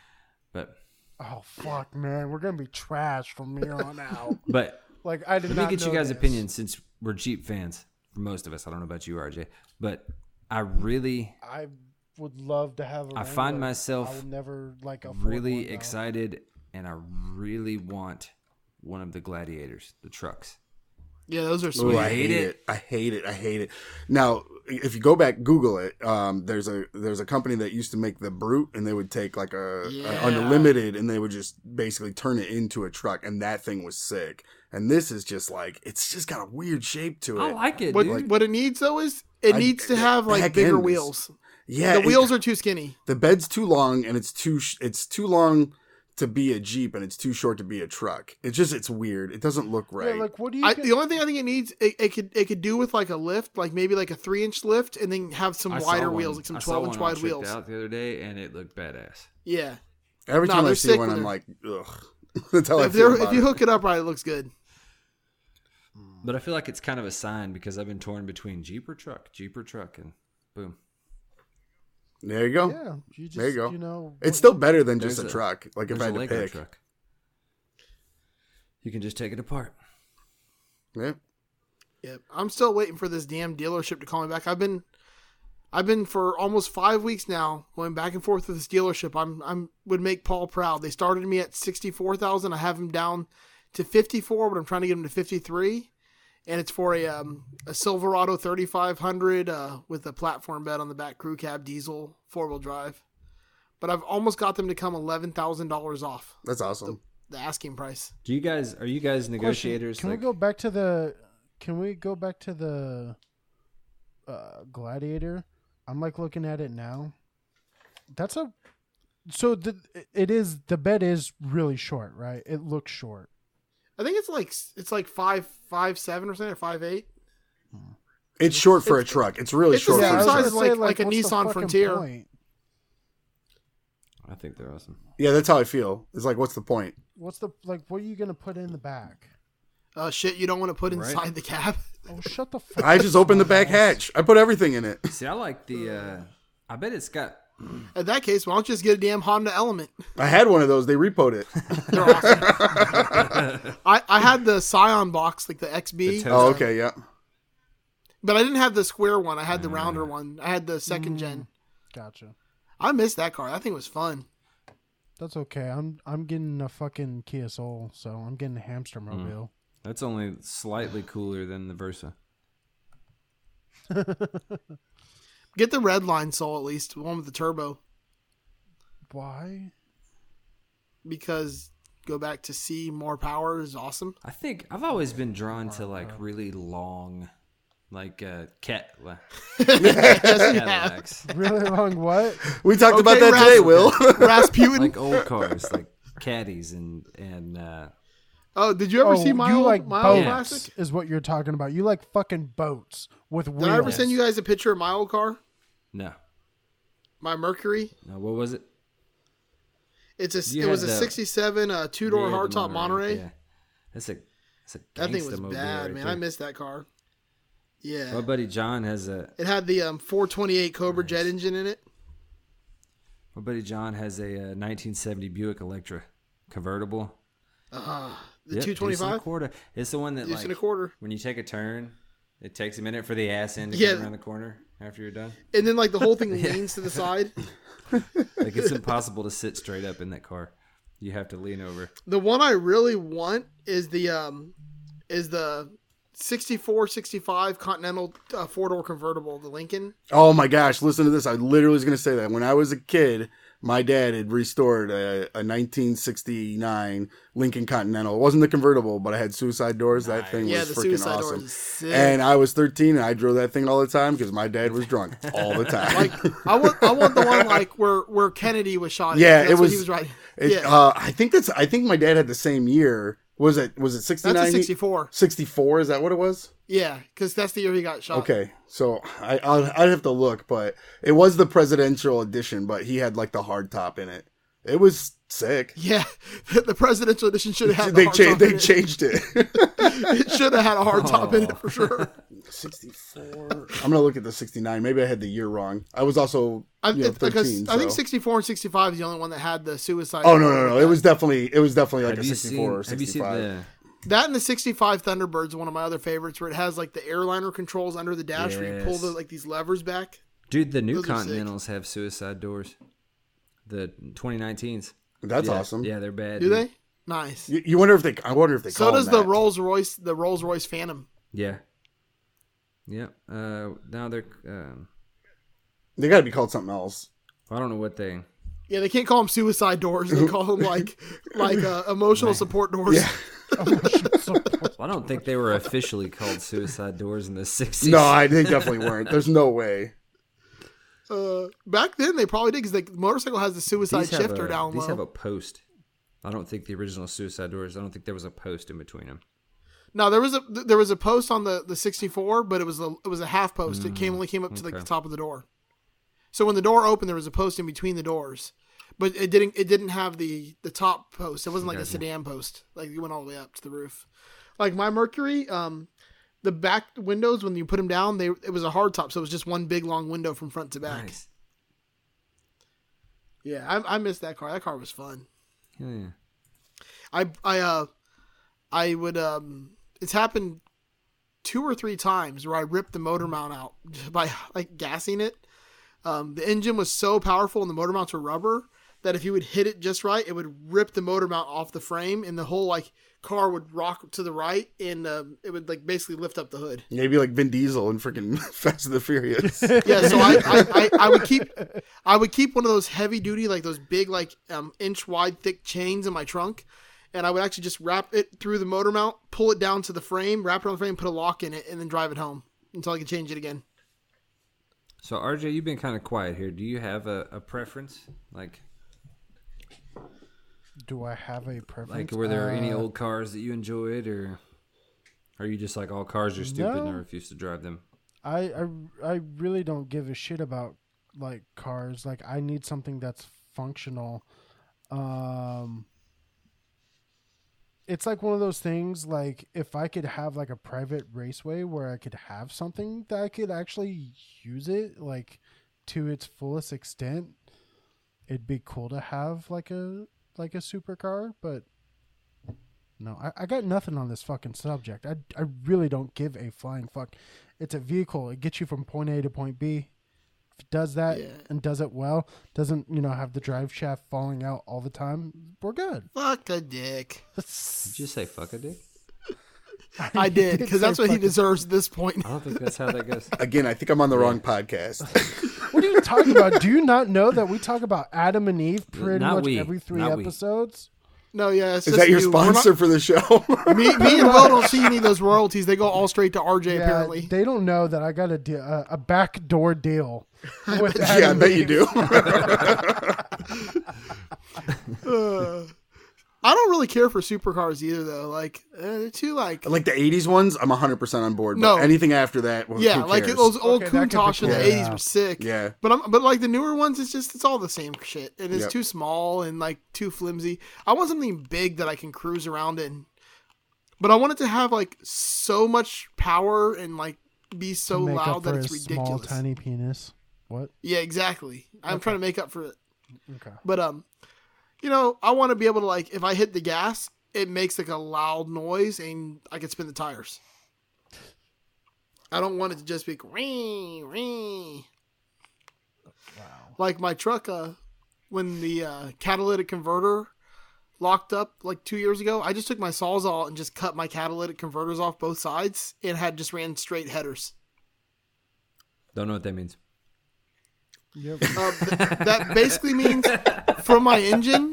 S7: But
S5: Oh fuck, man, we're gonna be trash from here on out.
S7: but
S5: Like I did
S7: Let
S5: not
S7: me get you
S5: know
S7: guys'
S5: this.
S7: opinions since we're Jeep fans for most of us. I don't know about you, RJ, but I really,
S5: I would love to have. a
S7: I find
S5: Wrangler.
S7: myself
S5: I will never like a
S7: really excited, and I really want one of the gladiators, the trucks.
S6: Yeah, those are
S8: Ooh,
S6: sweet.
S8: I hate it. I hate it. I hate it. Now, if you go back, Google it. Um, there's a there's a company that used to make the brute, and they would take like a, a
S6: Yeah.
S8: unlimited, and they would just basically turn it into a truck, and that thing was sick. And this is just like it's just got a weird shape to it.
S7: I like it,
S6: What
S7: dude.
S6: what it needs though is it
S8: I-
S6: needs to have like
S8: back
S6: bigger
S8: end is-
S6: wheels.
S8: yeah,
S6: The
S8: it-
S6: wheels are too skinny.
S8: the bed's too long and it's too sh- it's too long to be a jeep and it's too short to be a truck. It's just it's weird. It doesn't look right.
S5: Yeah, like what do you?
S6: I,
S5: get-
S6: the only thing I think it needs, it, it could it could do with like a lift, like maybe like a three inch lift, and then have some
S7: I saw
S6: wider
S7: one-
S6: wheels, like some
S7: I saw
S6: twelve inch
S7: one all
S6: wide
S7: tricked
S6: wheels.
S7: out the other day, and it looked badass.
S6: Yeah,
S8: Every
S6: nah,
S8: time I
S6: they're
S8: see
S6: sick
S8: one,
S6: with
S8: I'm
S6: it.
S8: like, ugh. That's how I
S6: if,
S8: feel
S6: they're,
S8: about
S6: if you
S8: it.
S6: hook it up right, it looks good.
S7: But I feel like it's kind of a sign because I've been torn between Jeep or truck, Jeep or truck, and boom.
S8: There you go.
S5: yeah, you just
S8: There you go.
S5: know,
S8: It's still better than just a,
S7: There's a-
S8: truck. Like if
S7: There's
S8: I
S7: a
S8: had to
S7: Lego
S8: pick,
S7: truck. You can just take it apart.
S8: yeah.
S6: Yep. I'm still waiting for this damn dealership to call me back. I've been I've been for almost five weeks now going back and forth with this dealership. I'm I'm would make Paul proud. They started me at sixty four thousand. I have him down to fifty four, but I'm trying to get him to fifty three. And it's for a um, a Silverado thirty five hundred uh, with a platform bed on the back, crew cab, diesel, four wheel drive. But I've almost got them to come eleven thousand dollars off
S8: that's awesome.
S6: the asking price.
S7: Do you guys are you guys
S5: Question,
S7: negotiators?
S5: Can
S7: like-
S5: we go back to the? Can we go back to the? Uh, Gladiator. I'm like looking at it now. That's a. So the it is the bed is really short, right? It looks short.
S6: I think it's like it's like five five seven or something or five eight.
S8: It's short for a truck. It's really
S6: it's the
S8: short.
S6: same
S8: for a
S6: size
S8: truck.
S6: as- like- like a
S5: what's the
S6: Nissan
S5: fucking
S6: Frontier.
S5: point?
S7: I think they're awesome.
S8: Yeah, that's how I feel. It's like, what's the point?
S5: What's the like? What are you gonna put in the back?
S6: Uh, shit, you don't want to put
S7: Right.
S6: inside the cab.
S5: Oh, shut the fuck!
S8: I just opened the back
S5: hat.
S8: hatch. I put everything in it.
S7: See, I like the. uh I bet it's got.
S6: At that case, why don't you just get a damn Honda Element?
S8: I had one of those. They repoed it.
S6: They're awesome. I, I had the Scion box, like the
S7: The
S6: XB,
S7: tow-
S8: Oh, okay, yeah.
S6: but I didn't have the square one. I had
S7: Mm.
S6: the rounder one. I had the second
S8: Mm.
S6: gen.
S5: Gotcha.
S6: I missed that car. That thing was fun.
S5: That's okay. I'm I'm getting a fucking Kia Soul, so I'm getting a hamster
S8: Mm.
S5: mobile.
S7: That's only slightly cooler than the Versa.
S6: Get the red line soul at least, the one with the turbo,
S5: Why?
S6: because go back to see more power is awesome.
S7: I think I've always been drawn to like really long, like uh, cat. Cadillacs,
S5: Really long? What?
S8: We talked about
S6: Okay,
S8: that today, Will.
S6: Rasputin.
S7: like old cars, like caddies and and uh,
S6: oh, did you ever see my
S5: you
S6: old,
S5: like
S6: my
S5: boats
S6: old
S7: Yeah.
S6: classic?
S5: is what you're talking about. You like fucking boats with wheels.
S6: Did
S7: Oh,
S6: I ever send you guys a picture of my old car,
S7: no,
S6: my Mercury?
S7: no. What was it?
S6: It's a
S7: You
S6: it was a
S7: had the-
S6: '67 uh, two door
S7: Yeah, the
S6: hardtop Monterey.
S7: Yeah, that's a that's a
S6: That thing was
S7: gangsta mobile
S6: bad,
S7: right
S6: man.
S7: there.
S6: I missed that car. Yeah.
S7: My buddy John has a
S6: It had the um, 428 Cobra jet engine in it.
S7: my buddy John has a uh, 1970 Buick Electra convertible.
S6: The
S7: Yep, deuce and a
S6: 225?
S7: quarter. It's the one that
S6: Deuce
S7: like
S6: and a quarter.
S7: when you take a turn, it takes a minute for the ass end to
S6: Yeah.
S7: come around the corner after you're done.
S6: And then, like, the whole thing leans to the side.
S7: Like it's impossible to sit straight up in that car. You have to lean over.
S6: The one I really want is the um is the 64 65 Continental uh, four door convertible, the Lincoln.
S8: Oh my gosh, listen to this. I literally was going to say that. When I was a kid, my dad had restored a, a 1969 Lincoln Continental. It wasn't the convertible, but I had suicide doors. That thing
S6: Yeah,
S8: was
S6: the
S8: freaking
S6: suicide
S8: awesome.
S6: doors is sick.
S8: And I was 13 and I drove that thing all the time because my dad was drunk all the time.
S6: Like I want I want the one like where where Kennedy was shot. at.
S8: Yeah,
S6: That's
S8: it
S6: what
S8: was-
S6: he was right.
S8: It-
S6: yeah.
S8: uh, I think that's. I think my dad had the same year. Was it? Was it 69?
S6: that's a 64.
S8: 64, Is that what it was?
S6: Yeah, because that's the year he got shot.
S8: Okay, so I I'll, I'd have to look, but it was the presidential edition, but he had like the hard top in it. It was sick.
S6: Yeah, the presidential edition should have had
S8: they
S6: a hard
S8: changed.
S6: top in
S8: They
S6: it.
S8: changed it.
S6: It should have had a hard top in it for sure.
S8: 64. I'm gonna look at the 69. Maybe I had the year wrong. I was also
S6: I,
S8: you know,
S6: it's because
S8: 13.
S6: I think
S8: so-
S6: 64 and 65 is the only one that had the suicide.
S8: Oh no no no! It was definitely it was definitely like
S7: Have
S8: a
S7: you
S8: 64
S7: seen?
S8: or
S7: Have you seen
S8: 65.
S7: the?
S6: That and the 65 Thunderbirds, one of my other favorites, where it has like the airliner controls under the dash where you pull
S7: Yes.
S6: the like these levers back.
S7: Dude, the new
S6: Those are sick.
S7: Continentals have suicide doors. The 2019s.
S8: That's
S7: yeah,
S8: awesome.
S7: Yeah, they're bad.
S6: Do
S7: dude.
S6: they? Nice.
S8: You, you wonder if they. I wonder if they.
S6: So
S8: call 'em
S6: does the
S8: that.
S6: Rolls Royce, the Rolls Royce Phantom.
S7: Yeah. Yeah. Uh, now they're. Um,
S8: They got to be called something else.
S7: I don't know what they.
S6: Yeah, they can't call them suicide doors. They call them like like uh, emotional support doors.
S7: I don't think they were officially called suicide doors in the 60s.
S8: No, I, they definitely weren't. There's no way.
S6: Uh, back then they probably did because the motorcycle has the suicide
S7: these have
S6: shifter
S7: a,
S6: down
S7: These
S6: low.
S7: have a post. I don't think the original suicide doors. I don't think there was a post in between them.
S6: No, there was a there was a post on the the 64, but it was a it was a half post. it came only came up to like the top of the door. So when the door opened, there was a post in between the doors, but it didn't it didn't have the the top post. It wasn't like a sedan post. Like it went all the way up to the roof. Like my Mercury, um, the back windows when you put them down, they it was a hard top, so it was just one big long window from front to back.
S7: Nice.
S6: Yeah, I, I missed that car. That car was fun.
S7: Yeah, yeah.
S6: I I uh I would um it's happened two or three times where I ripped the motor mount out by like gassing it. Um, the engine was so powerful and the motor mounts were rubber that if you would hit it just right, it would rip the motor mount off the frame and the whole like car would rock to the right and um, it would like basically lift up the hood.
S8: Maybe like Vin Diesel and freaking Fast and the Furious.
S6: Yeah, so I, I, I, I would keep I would keep one of those heavy duty like those big like um, inch wide thick chains in my trunk, and I would actually just wrap it through the motor mount, pull it down to the frame, wrap it on the frame, put a lock in it, and then drive it home until I can change it again.
S7: So, RJ, you've been kind of quiet here. Do you have a, a preference? Like,
S5: Do I have a preference?
S7: like were there any
S5: Uh,
S7: old cars that you enjoyed, or are you just like all cars are stupid and I
S5: No.
S7: refuse to drive them?
S5: I, I I really don't give a shit about like cars. Like I need something that's functional. Um It's like one of those things like if I could have like a private raceway where I could have something that I could actually use it like to its fullest extent, it'd be cool to have like a like a supercar, but no, I, I got nothing on this fucking subject. I, I really don't give a flying fuck. It's a vehicle. It gets you from point A to point B. If it does that and does it well, doesn't, you know, have the drive shaft falling out all the time, we're good.
S6: Fuck a dick.
S7: Did you say fuck a dick?
S6: I did because that's
S5: say
S6: what he
S5: fuck a-
S6: deserves at this point.
S7: I don't think that's how that goes.
S8: Again, I think I'm on the wrong podcast.
S5: What are you talking about? Do you not know that we talk about Adam and Eve pretty
S7: Not
S5: much
S7: we.
S5: every three
S7: Not we.
S5: episodes?
S6: No, yeah, it's
S8: Is
S6: just
S8: that your
S6: you. We're not-
S8: sponsor for the show?
S6: me, me and Will don't see any of those royalties. They go all straight to RJ
S5: Yeah,
S6: apparently.
S5: they don't know that I got a, de- a, a backdoor deal with
S8: yeah, I
S5: Adam.
S8: bet you do.
S6: I don't really care for supercars either though. Like uh, they're too like
S8: like the 80s ones, I'm 100% on board. But
S6: No.
S8: anything after that, well,
S6: Yeah,
S8: who
S6: like
S8: cares?
S6: those old
S5: Okay, that could be
S6: Countach in the
S5: cool.
S6: eighties
S5: Yeah.
S6: were sick.
S8: Yeah.
S6: but I'm but like the newer ones, it's just it's all the same shit, and it's
S8: Yep.
S6: too small and like too flimsy. I want something big that I can cruise around in, but I want it to have like so much power and like be so
S5: make
S6: loud
S5: up for
S6: that it's
S5: a small
S6: ridiculous.
S5: tiny penis. What?
S6: Yeah, exactly. I'm trying to make up for it.
S5: Okay.
S6: But um, you know, I want to be able to like if I hit the gas, it makes like a loud noise and I can spin the tires. I don't want it to just be like, "Wee, wee." Like my truck, uh, when the uh, catalytic converter locked up like two years ago, I just took my sawzall and just cut my catalytic converters off both sides and had just ran straight headers.
S7: Don't know what that means.
S6: Uh, th- that basically means from my engine,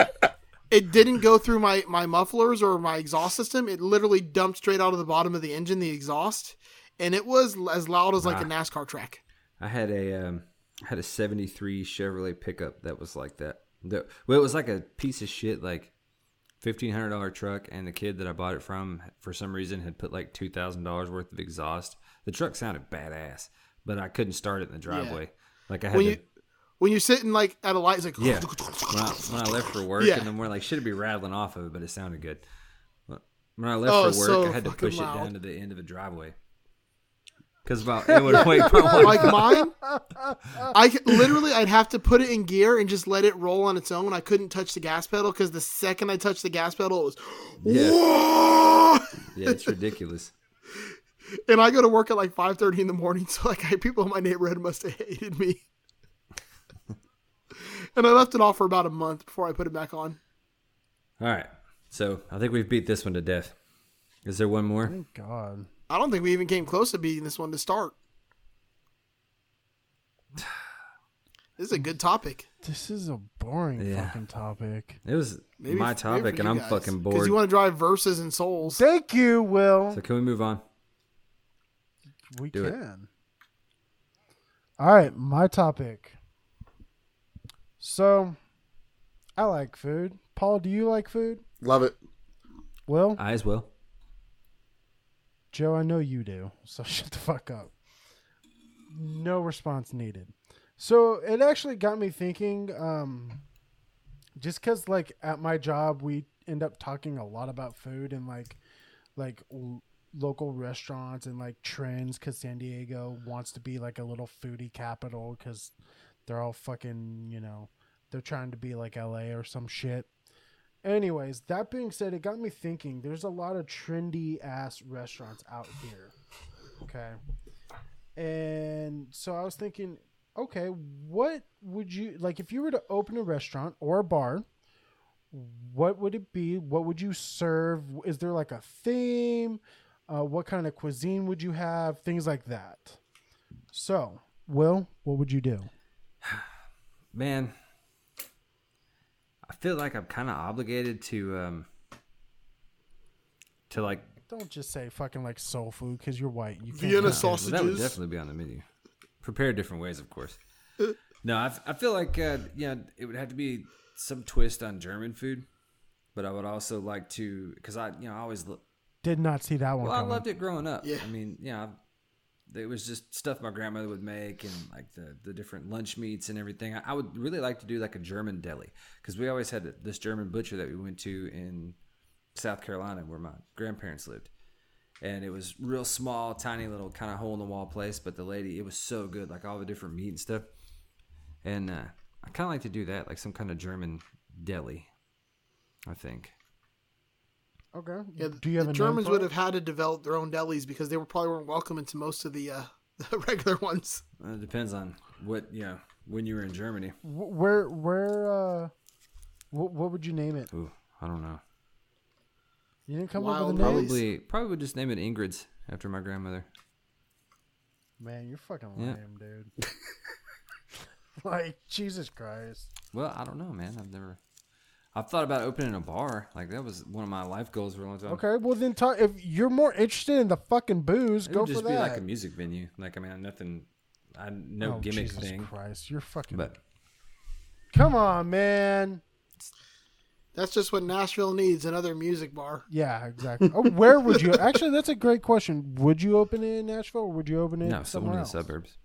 S6: it didn't go through my, my mufflers or my exhaust system. It literally dumped straight out of the bottom of the engine, the exhaust, and it was l- as loud as like a NASCAR track.
S7: I had a um, I had a '73 Chevrolet pickup that was like that. The- well, it was like a piece of shit, like fifteen hundred dollar truck, and the kid that I bought it from, for some reason, had put like two thousand dollars worth of exhaust. The truck sounded badass, but I couldn't start it in the driveway. Like I had
S6: When
S7: to,
S6: you when you're sitting like at a light, it's like
S7: yeah. When I, when I left for work,
S6: Yeah.
S7: and I'm more like should have be rattling off of it, but it sounded good. When I left
S6: Oh,
S7: for work,
S6: so
S7: I had to
S6: fucking
S7: push
S6: loud.
S7: it down to the end of a driveway. Because about it would wait for one.
S6: like mine. I c- literally I'd have to put it in gear and just let it roll on its own. I couldn't touch the gas pedal because the second I touched the gas pedal, it
S7: yeah,
S6: was.
S7: yeah, it's ridiculous.
S6: and I go to work at like five thirty in the morning. So like, I, people in my neighborhood must have hated me. and I left it off for about a month before I put it back on.
S7: All right. So I think we've beat this one to death. Is there one more?
S5: Thank God.
S6: I don't think we even came close to beating this one to start. This is a good topic.
S5: This is a boring
S7: Yeah.
S5: fucking topic.
S7: It was my topic, and I'm fucking
S6: Because
S7: bored.
S6: you want to drive verses and souls.
S5: Thank you, Will.
S7: so can we move on?
S5: We
S7: Do it.
S5: can. All right, my topic. So, I like food. Paul, do you like food?
S8: Love it.
S5: Will?
S7: I as well.
S5: Joe, I know you do, so shut the fuck up. No response needed. So it actually got me thinking, um, just because like at my job we end up talking a lot about food and like like l- local restaurants and like trends because San Diego wants to be like a little foodie capital because they're all fucking you know they're trying to be like LA or some shit. Anyways, that being said, it got me thinking. There's a lot of trendy ass restaurants out here. Okay. And so I was thinking, okay, what would you like if you were to open a restaurant or a bar? What would it be? What would you serve? Is there like a theme? Uh, what kind of cuisine would you have? Things like that. So, Will, what would you do?
S7: Man, I feel like I'm kind of obligated to um to like
S5: Don't just say fucking like soul food because you're white. You can't
S6: Vienna
S5: do that.
S7: Well, that would
S6: sausages.
S7: definitely be on the menu. Prepared different ways, of course. No, I, f- I feel like uh, yeah, it would have to be some twist on German food, but I would also like to because I you know I always lo-
S5: Did not see that one.
S7: Well, I
S5: coming.
S7: loved it growing up.
S6: Yeah.
S7: I mean, yeah, I- it was just stuff my grandmother would make and like the, the different lunch meats and everything. I, I would really like to do like a German deli because we always had this German butcher that we went to in South Carolina where my grandparents lived. And it was real small, tiny little kind of hole in the wall place, but the lady, it was so good, like all the different meat and stuff. And uh, I kind of like to do that, like some kind of German deli, I think.
S5: Okay.
S6: Yeah,
S5: Do you have
S6: the
S5: a name
S6: Germans
S5: for
S6: would
S5: it?
S6: have had to develop their own delis because they were probably weren't welcome into most of the uh, the regular ones.
S7: Well, it depends on what, you know, when you were in Germany.
S5: Wh- Where where uh, what what would you name it?
S7: Ooh, I don't know.
S5: You didn't come up
S6: Wild
S5: with a name.
S6: Rose.
S7: Probably, probably would just name it Ingrid's after my grandmother.
S5: Man, you're fucking
S7: Yeah.
S5: lame, dude. like Jesus Christ.
S7: Well, I don't know, man. I've never, I've thought about opening a bar. Like that was one of my life goals for a long time.
S5: Okay, well then, talk, if you're more interested in the fucking booze,
S7: it
S5: go
S7: would just
S5: for
S7: be
S5: that.
S7: like a music venue. Like I mean, nothing, I no
S5: oh,
S7: gimmick
S5: Jesus
S7: thing.
S5: Christ, you're fucking.
S7: But
S5: Come on, man.
S6: That's just what Nashville needs another music bar.
S5: Yeah, exactly. oh, where would you? Actually, that's a great question. Would you open it in Nashville, or would you open it
S7: no, someone
S5: somewhere
S7: in the
S5: else?
S7: suburbs.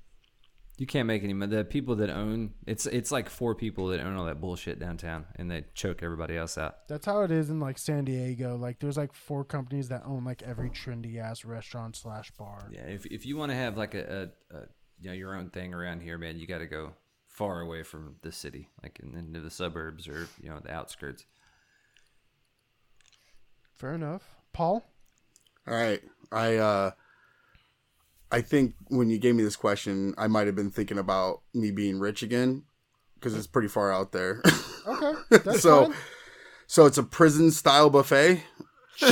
S7: You can't make any money. The people that own it's it's like four people that own all that bullshit downtown, and they choke everybody else out.
S5: That's how it is in like San Diego. Like there's like four companies that own like every trendy ass restaurant slash bar.
S7: Yeah, if if you want to have like a, a, a you know your own thing around here, man, you got to go far away from the city, like in, into the suburbs or you know the outskirts.
S5: Fair enough. Paul,
S8: All right. I uh I think when you gave me this question, I might have been thinking about me being rich again because it's pretty far out there.
S5: okay, that's
S8: so
S5: fine.
S8: so it's a prison style buffet. I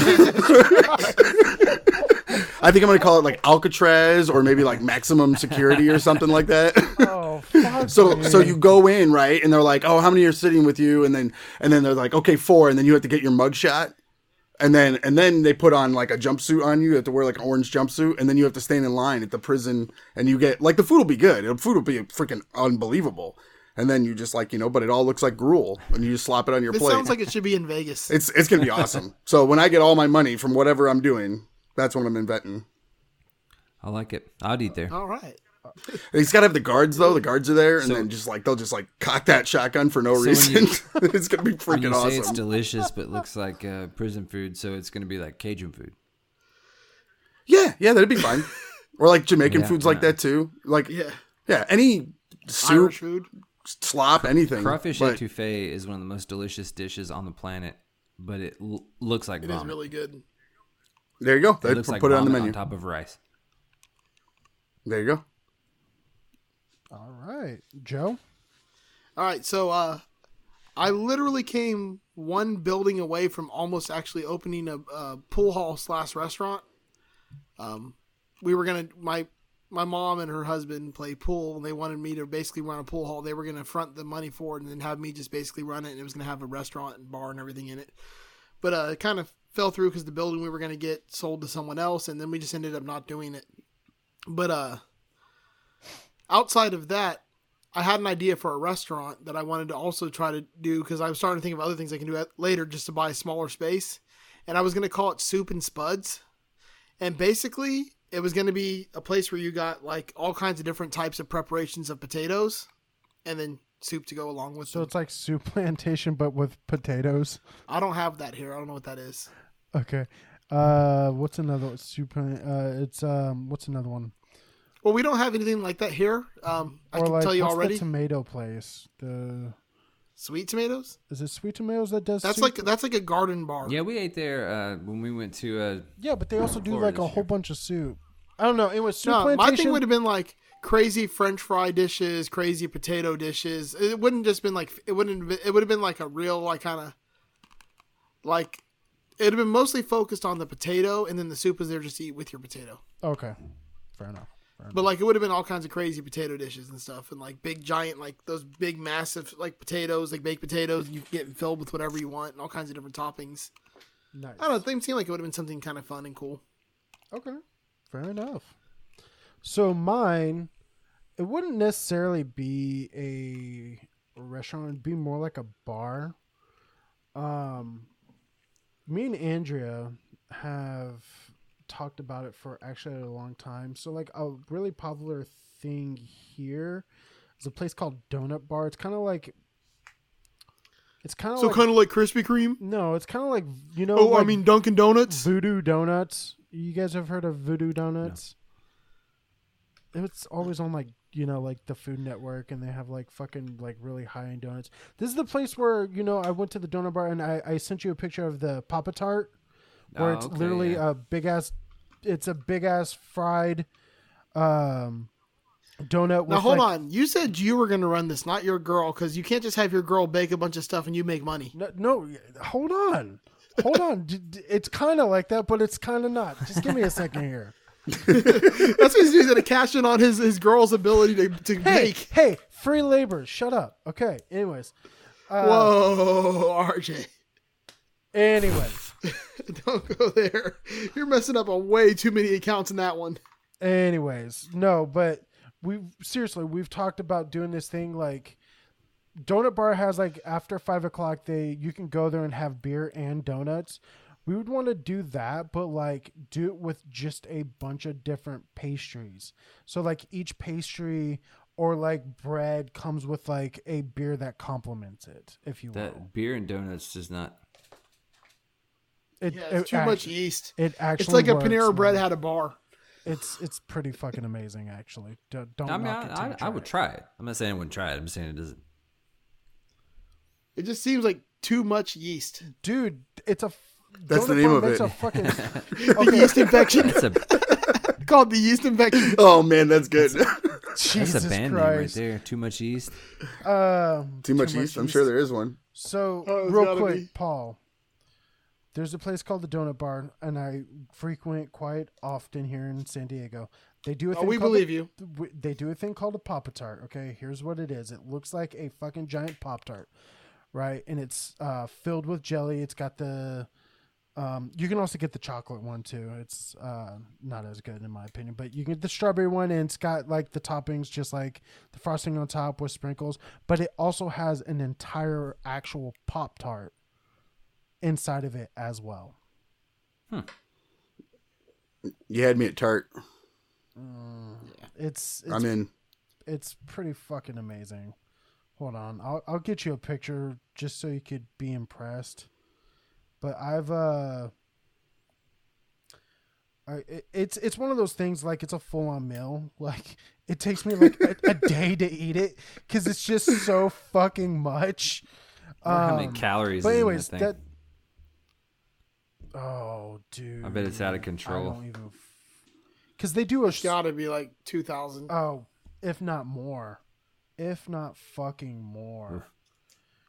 S8: think I'm going to call it like Alcatraz or maybe like maximum security or something like that.
S5: Oh fuck.
S8: So so you go in right, and they're like, "Oh, how many are sitting with you?" And then and then they're like, "Okay, four. And then you have to get your mug shot, and then and then they put on like a jumpsuit on you. You have to wear like an orange jumpsuit, and then you have to stand in line at the prison, and you get like the food will be good. The food will be freaking unbelievable, and then you just like you know, but it all looks like gruel, and you just slap it on your
S6: This
S8: plate.
S6: sounds like it should be in Vegas.
S8: it's it's gonna be awesome. so when I get all my money from whatever I'm doing, that's what I'm inventing.
S7: I like it. I'd eat there.
S6: All right.
S8: He's got to have the guards though. The guards are there, and then just like they'll just like cock that shotgun for no reason. it's gonna be
S7: When
S8: freaking
S7: you say
S8: awesome.
S7: it's delicious, but looks like uh, prison food, so it's gonna be like Cajun food.
S8: yeah, yeah, that'd be fine. or like Jamaican
S7: Yeah,
S8: foods like
S7: yeah.
S8: that too. Like yeah,
S6: Yeah.
S8: any soup,
S6: Irish food.
S8: slop, anything.
S7: Crawfish
S8: But
S7: etouffee is one of the most delicious dishes on the planet, but it l- looks like
S6: It is
S7: vomit.
S6: really good.
S8: there you go.
S7: It
S8: They
S7: looks
S8: put
S7: like
S8: it on the
S7: vomit
S8: menu.
S7: top of rice.
S8: there you go.
S5: All right, Joe.
S6: All right, so uh, I literally came one building away from almost actually opening a, a pool hall slash restaurant. Um, we were gonna my my mom and her husband play pool, and they wanted me to basically run a pool hall. They were gonna front the money for it, and then have me just basically run it, and it was gonna have a restaurant and bar and everything in it. But uh, it kind of fell through because the building we were gonna get sold to someone else, and then we just ended up not doing it. But uh, outside of that, I had an idea for a restaurant that I wanted to also try to do because I was starting to think of other things I can do at- later just to buy a smaller space. And I was going to call it Soup and Spuds. And basically, it was going to be a place where you got like all kinds of different types of preparations of potatoes and then soup to go along with
S5: So
S6: them.
S5: it's like soup plantation, but with potatoes.
S6: I don't have that here. I don't know what that is.
S5: Okay. Uh, what's another soup? plant- Uh, it's um, what's another one?
S6: Well, we don't have anything like that here. Um, I can tell you
S5: what's the
S6: already.
S5: tomato place. The
S6: Sweet tomatoes?
S5: is it Sweet Tomatoes that does?
S6: That's
S5: soup?
S6: like that's like a garden bar.
S7: Yeah, we ate there uh, when we went to. Uh,
S5: yeah, but they also do
S7: Florida
S5: like a
S7: this
S5: whole
S7: year.
S5: bunch of soup. I don't know. It was soup
S6: No,
S5: plantation.
S6: my thing would have been like crazy French fry dishes, crazy potato dishes. It wouldn't just been like it wouldn't. have been- It would have been like a real like kind of like it'd have been mostly focused on the potato, and then the soup was there just to eat with your potato.
S5: okay. Fair enough. Fair enough.
S6: But like it would have been all kinds of crazy potato dishes and stuff, and like big giant like those big massive like potatoes, like baked potatoes. You can get filled with whatever you want, and all kinds of different toppings.
S5: Nice.
S6: I don't know. It seemed like it would have been something kind of fun and cool.
S5: Okay. Fair enough. So mine, it wouldn't necessarily be a restaurant. It'd be more like a bar. Um, me and Andrea have talked about it for actually a long time. So like a really popular thing here is a place called Donut Bar. It's kind of like. It's kind of
S6: So
S5: like
S6: kind of like Krispy Kreme.
S5: no, it's kind of like you know.
S6: Oh, I
S5: like
S6: mean Dunkin' Donuts.
S5: Voodoo Donuts. You guys have heard of Voodoo Donuts? It was always on like you know like the Food Network, and they have like fucking like really high end donuts. This is the place where you know I went to the donut bar, and I, I sent you a picture of the Papa Tart, where
S7: Oh,
S5: it's
S7: okay,
S5: literally
S7: yeah.
S5: a big ass, it's a big ass fried, um, donut.
S6: Now
S5: with,
S6: hold
S5: like-
S6: on. You said you were going to run this, not your girl, because you can't just have your girl bake a bunch of stuff and you make money.
S5: No, no hold on. Hold on. D- d- It's kind of like that, but it's kind of not. Just give me a second here.
S6: That's what he's doing to cash in on his, his girl's ability to, to
S5: Hey,
S6: make.
S5: hey, free labor. Shut up. Okay. Anyways,
S6: uh, Whoa, RJ,
S5: anyways,
S6: don't go there. You're messing up on way too many accounts in that one.
S5: anyways. No, but we seriously we've talked about doing this thing like donut bar has like after five o'clock they you can go there and have beer and donuts. We would want to do that, but like do it with just a bunch of different pastries. So like each pastry or like bread comes with like a beer that complements it, if you will.
S7: That beer and donuts does not.
S5: It,
S6: Yeah, it's
S5: it
S6: too
S5: act-
S6: much yeast.
S5: It actually
S6: It's like a
S5: works,
S6: Panera Bread
S5: man.
S6: had a bar.
S5: It's it's pretty fucking amazing, actually. Don't, don't
S7: I mean,
S5: knock it till
S7: I,
S5: you
S7: I, I would
S5: it.
S7: try it. I'm not saying I wouldn't try it. I'm saying it doesn't.
S6: It just seems like too much yeast.
S5: dude. It's a f-
S8: That's the
S5: donut
S8: name
S5: bun
S8: of
S5: makes
S8: it.
S5: A fucking,
S6: The yeast infection
S7: That's a
S6: called the yeast infection.
S8: Oh man, that's good.
S5: Jesus
S7: that's a band name right
S5: Christ.
S7: there. Too much yeast.
S5: Um,
S8: Too much yeast. I'm sure there is one.
S5: So
S6: Oh, it's
S5: real
S6: gotta
S5: quick,
S6: be.
S5: Paul. There's a place called the Donut Bar, and I frequent quite often here in San Diego. They do a
S6: Oh,
S5: thing
S6: we
S5: called
S6: believe
S5: a-
S6: you.
S5: w- They do a thing called a Pop Tart. Okay, here's what it is. It looks like a fucking giant Pop Tart, right? And it's uh, filled with jelly. It's got the. Um, you can also get the chocolate one too. It's uh, not as good in my opinion, but you can get the strawberry one, and it's got like the toppings, just like the frosting on top with sprinkles. But it also has an entire actual Pop Tart inside of it as well.
S8: You had me at tart.
S5: It's, it's
S8: I'm in.
S5: it's pretty fucking amazing. Hold on, I'll I'll get you a picture just so you could be impressed. But I've uh, I, it- it's it's one of those things like it's a full on meal. Like it takes me like a, a day to eat it because it's just so fucking much.
S7: I wonder how many
S5: Um,
S7: calories?
S5: But
S7: is in
S5: anyways,
S7: that,
S5: that
S7: thing.
S5: oh dude,
S7: I bet it's out of
S5: I
S7: control.
S5: don't even because they do a
S6: It's gotta be like two thousand.
S5: Oh, if not more, if not fucking more,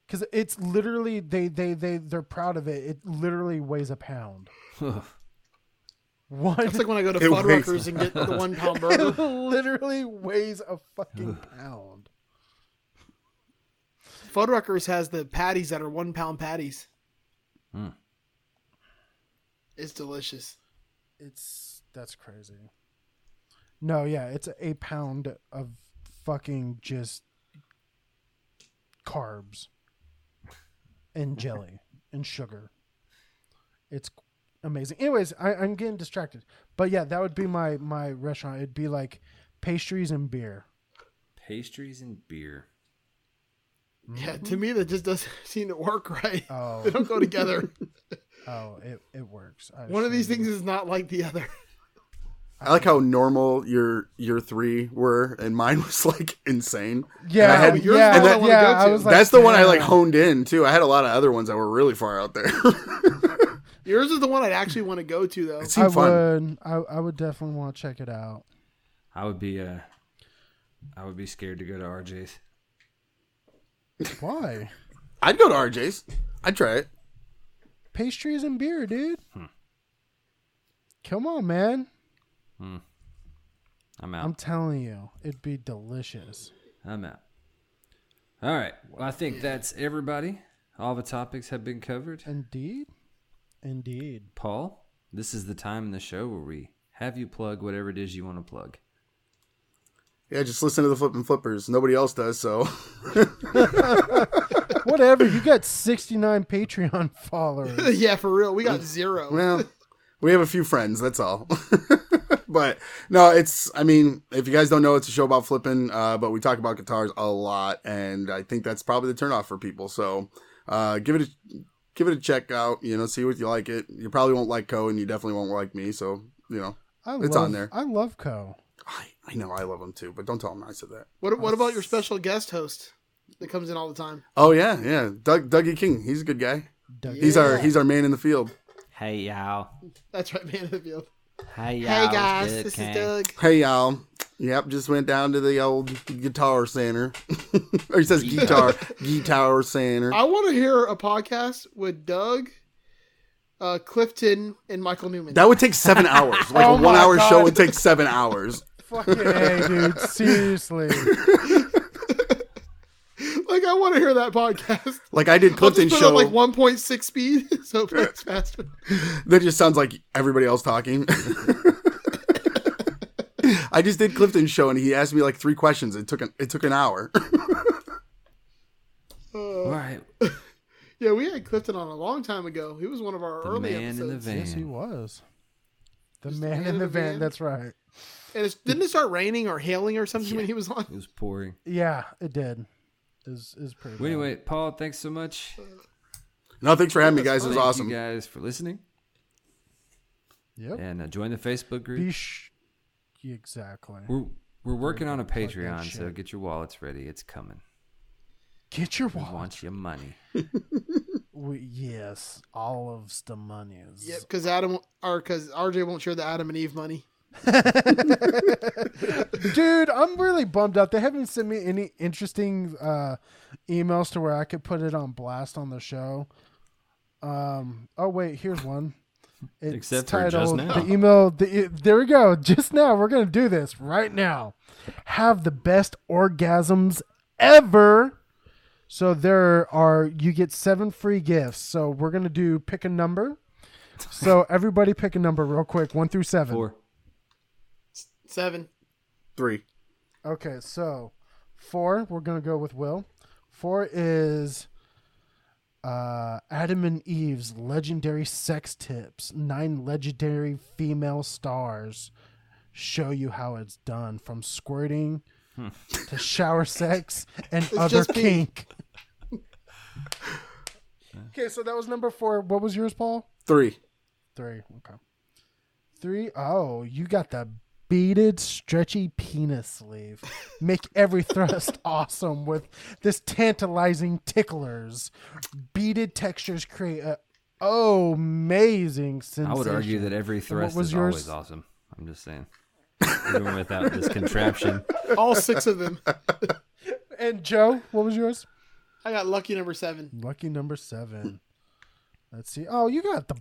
S5: because it's literally they they they they're proud of it. It literally weighs a pound. One
S6: That's like when I go to
S8: It weighs-
S6: Fuddruckers and get the one pound burger.
S5: literally weighs a fucking pound.
S6: Fuddruckers has the patties that are one pound patties. It's delicious.
S5: It's that's crazy. No, yeah, it's a pound of fucking just carbs and jelly and sugar. It's amazing. Anyways, I, I'm getting distracted, but yeah, that would be my my restaurant. It'd be like pastries and beer.
S7: Pastries and beer.
S6: Yeah, to me that just doesn't seem to work right.
S5: Oh.
S6: They don't go together.
S5: Oh, it it works. I
S6: One of
S5: assure
S6: these
S5: you.
S6: things is not like the other.
S8: I like how normal your your three were, and mine was like insane.
S5: Yeah,
S8: And I had-
S5: yeah,
S6: yours is the one I wanna
S5: yeah.
S6: go
S5: I
S6: to.
S5: was like,
S8: That's the one I like
S5: yeah.
S8: honed in too. I had a lot of other ones that were really far out there.
S6: Yours is the one I'd actually want to go to though.
S8: it
S5: I
S8: seemed fun.
S5: would. I, I would definitely want to check it out.
S7: I would be uh, I would be scared to go to RJ's.
S5: Why?
S8: I'd go to RJ's. I'd try it.
S5: pastries and beer, dude.
S8: Hmm.
S5: Come on, man.
S7: I'm out.
S5: I'm telling you, it'd be delicious.
S7: I'm out. All right. Well, I think that's everybody. All the topics have been covered.
S5: Indeed. Indeed.
S7: Paul, this is the time in the show where we have you plug whatever it is you want to plug.
S8: Yeah, just listen to the flippin' flippers. Nobody else does, so
S5: Whatever. You got 69 Patreon followers.
S6: yeah, for real. We got zero.
S8: well, we have a few friends. That's all. but no, it's. I mean, if you guys don't know, it's a show about flipping. Uh, but we talk about guitars a lot, and I think that's probably the turnoff for people. So, uh, give it a give it a check out. You know, see what you like it. You probably won't like Co, and you definitely won't like me. So, you know,
S5: I
S8: It's
S5: love,
S8: on there.
S5: I love Co.
S8: I, I know I love them too, but don't tell them I said that.
S6: What what about your special guest host that comes in all the time?
S8: Oh yeah, yeah. Doug Dougie King, he's a good guy.
S5: Doug-
S8: He's our he's our man in the field.
S7: Hey y'all.
S6: That's right, man of the field.
S7: Hey y'all.
S6: Hey guys, this is Doug.
S8: Hey y'all. Yep, just went down to the old guitar center. or he says guitar guitar center.
S6: I want to hear a podcast with Doug, uh, Clifton, and Michael Newman.
S8: That would take seven hours. Like
S5: Oh
S8: a
S5: my
S8: one hour show
S5: God.
S8: would take seven hours.
S5: Fucking A, dude. Seriously.
S6: like, I want to hear that podcast.
S8: Like I did
S6: I'll just
S8: Clifton
S6: put it
S8: show.
S6: on like 1.6 speed, so it plays faster.
S8: That just sounds like everybody else talking. I just did Clifton's show and he asked me like three questions. It took an it took an hour.
S5: Uh,
S7: All right.
S6: Yeah, we had Clifton on a long time ago. He was one of our
S7: The
S6: early
S7: man in the
S6: episodes.
S7: van.
S5: yes, he was. The man in the van. That's right.
S6: And it's, didn't it start raining or hailing or something when he was on?
S7: It was pouring.
S5: Yeah, it did. Is is pretty.
S7: Well, anyway, Paul, thanks so much.
S8: No, thanks for having me, guys. It was
S7: Thank
S8: awesome.
S7: you guys for listening.
S5: Yep.
S7: And uh, join the Facebook group.
S5: Be sh- exactly.
S7: We're we're working on a
S5: Fuck that
S7: Patreon, so
S5: shit.
S7: get your wallets ready. It's coming.
S5: Get your
S7: We
S5: wallet.
S7: want your money.
S5: We, yes, olives the monies.
S6: Yeah, because Adam or because RJ won't share the Adam and Eve money.
S5: Dude, I'm really bummed out. They haven't sent me any interesting uh, emails to where I could put it on blast on the show. Um. Oh wait, here's one. It's
S7: Except for just now.
S5: The email. The, E, there we go. Just now, we're gonna do this right now. Have the best orgasms ever. So there are you get seven free gifts. So we're gonna do pick a number. So everybody pick a number real quick, one through seven.
S7: Four.
S6: Seven.
S8: Three.
S5: Okay, so four, we're gonna go with Will. Four is uh, Adam and Eve's legendary sex tips. Nine legendary female stars show you how it's done from squirting to shower sex and other
S6: Hmm. just me.
S5: kink. okay, so that was number four. What was yours, Paul?
S8: Three.
S5: Three. Okay. Three. Oh, you got the beaded, stretchy penis sleeve. Make every thrust awesome with this tantalizing ticklers. Beaded textures create a amazing sensation.
S7: I would argue that every thrust
S5: was
S7: is
S5: yours?
S7: always awesome. I'm just saying. Even without this contraption.
S6: All six of them.
S5: And Joe, what was yours?
S6: I got lucky number seven.
S5: Lucky number seven. Let's see. Oh, you got the.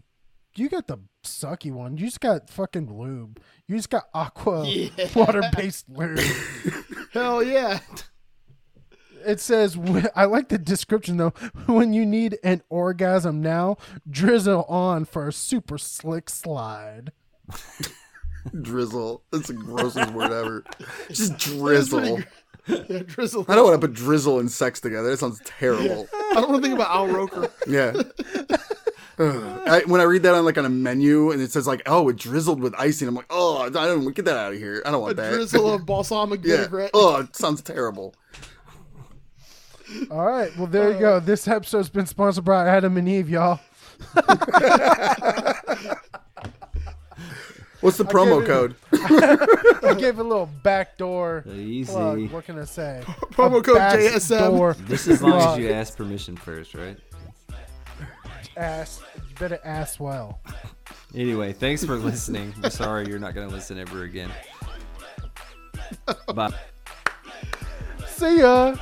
S5: You got the sucky one. You just got fucking lube. You just got aqua water based lube.
S6: Hell yeah.
S5: It says, wh- I like the description though. When you need an orgasm now, drizzle on for a super slick slide.
S8: Drizzle. That's the grossest word ever. Just drizzle.
S6: Yeah, drizzle.
S8: I don't want to put drizzle and sex together. That sounds terrible.
S6: I don't want to think about Al Roker.
S8: Yeah. I, when I read that on like on a menu and it says like oh it drizzled with icing I'm like oh I don't get that out of here I don't want
S6: A
S8: that
S6: drizzle of balsamic
S8: yeah
S6: vinaigrette.
S8: oh it sounds terrible
S5: All right. Well, there you go. This episode's been sponsored by Adam and Eve, y'all.
S8: what's the promo code
S5: I gave a little backdoor plug.
S7: Easy.
S5: What can I say?
S6: Promo
S5: A
S6: code
S5: backdoor
S6: JSM.
S7: This is as long
S5: Uh,
S7: as you ask permission first, right?
S5: Ass. You better ass well.
S7: Anyway, thanks for listening. We're sorry you're not going to listen ever again. Bye.
S5: See ya.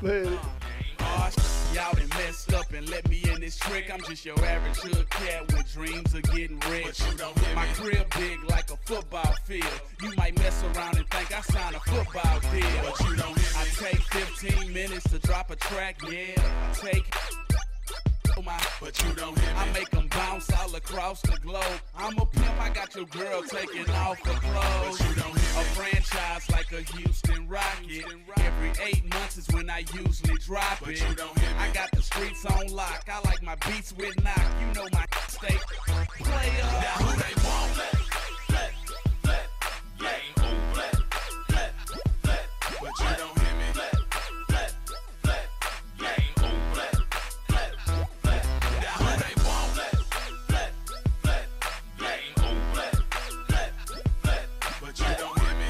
S9: Y'all done messed up and let me in this trick. I'm just your average hood cat with dreams of getting rich. My crib big like a football field. You might mess around and think I signed a football deal. But you don't I take 15 minutes to drop a track, yeah. Take Oh my, but you don't hear me. I make 'em bounce all across the globe. I'm a pimp, I got your girl taking off her clothes. But you don't hear me. A franchise like a Houston Rocket. Every eight months is when I usually drop but it. You don't hear me. I got the streets on lock. I like my beats with knock. You know my state player. Now who they want? But you don't hear me. But you don't hear me.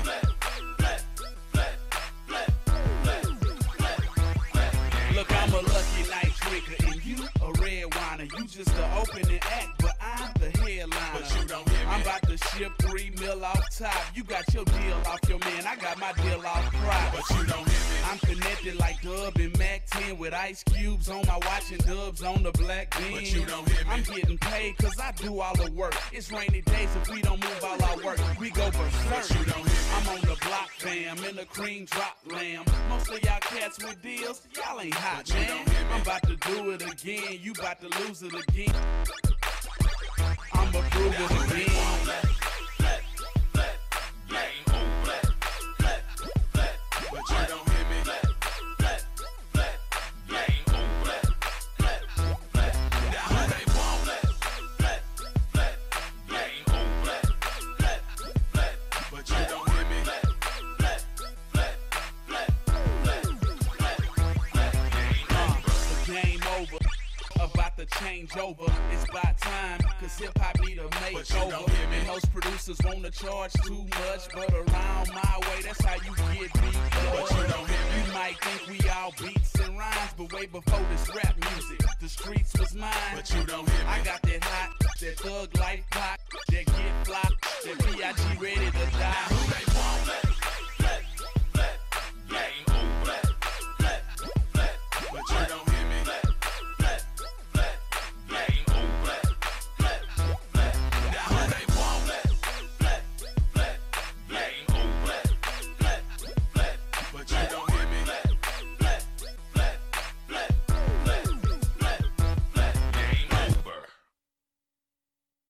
S9: Look, I'm a lucky night drinker, and you a red whiner. You just the opening act, but I'm the headliner. But you don't hear me. I'm about to ship three mil off top. You got your deal off your man, I got my deal off prop. But you don't hear me. I'm connected like Dub and Mac 10 with ice cubes on my watch and dubs on the black bean. But you don't hear me. I'm getting paid cause I do all the work. It's rainy days if we don't move all our work. We go berserk. But you don't hear me. I'm on the block, fam, in the cream drop lamb. Most of y'all cats with deals, y'all ain't hot, man. I'm about to do it again, you about to lose it again. I'm a prove it again. But you don't hear me. Now who they want?
S8: change over. It's by time, cause hip hop need a makeover. And most producers wanna charge too much, but around my way, that's how you get beat. But you don't hear me. You might think we all beats and rhymes, but way before this rap music, the streets was mine. But you don't hear me. I got that hot, that thug life pop,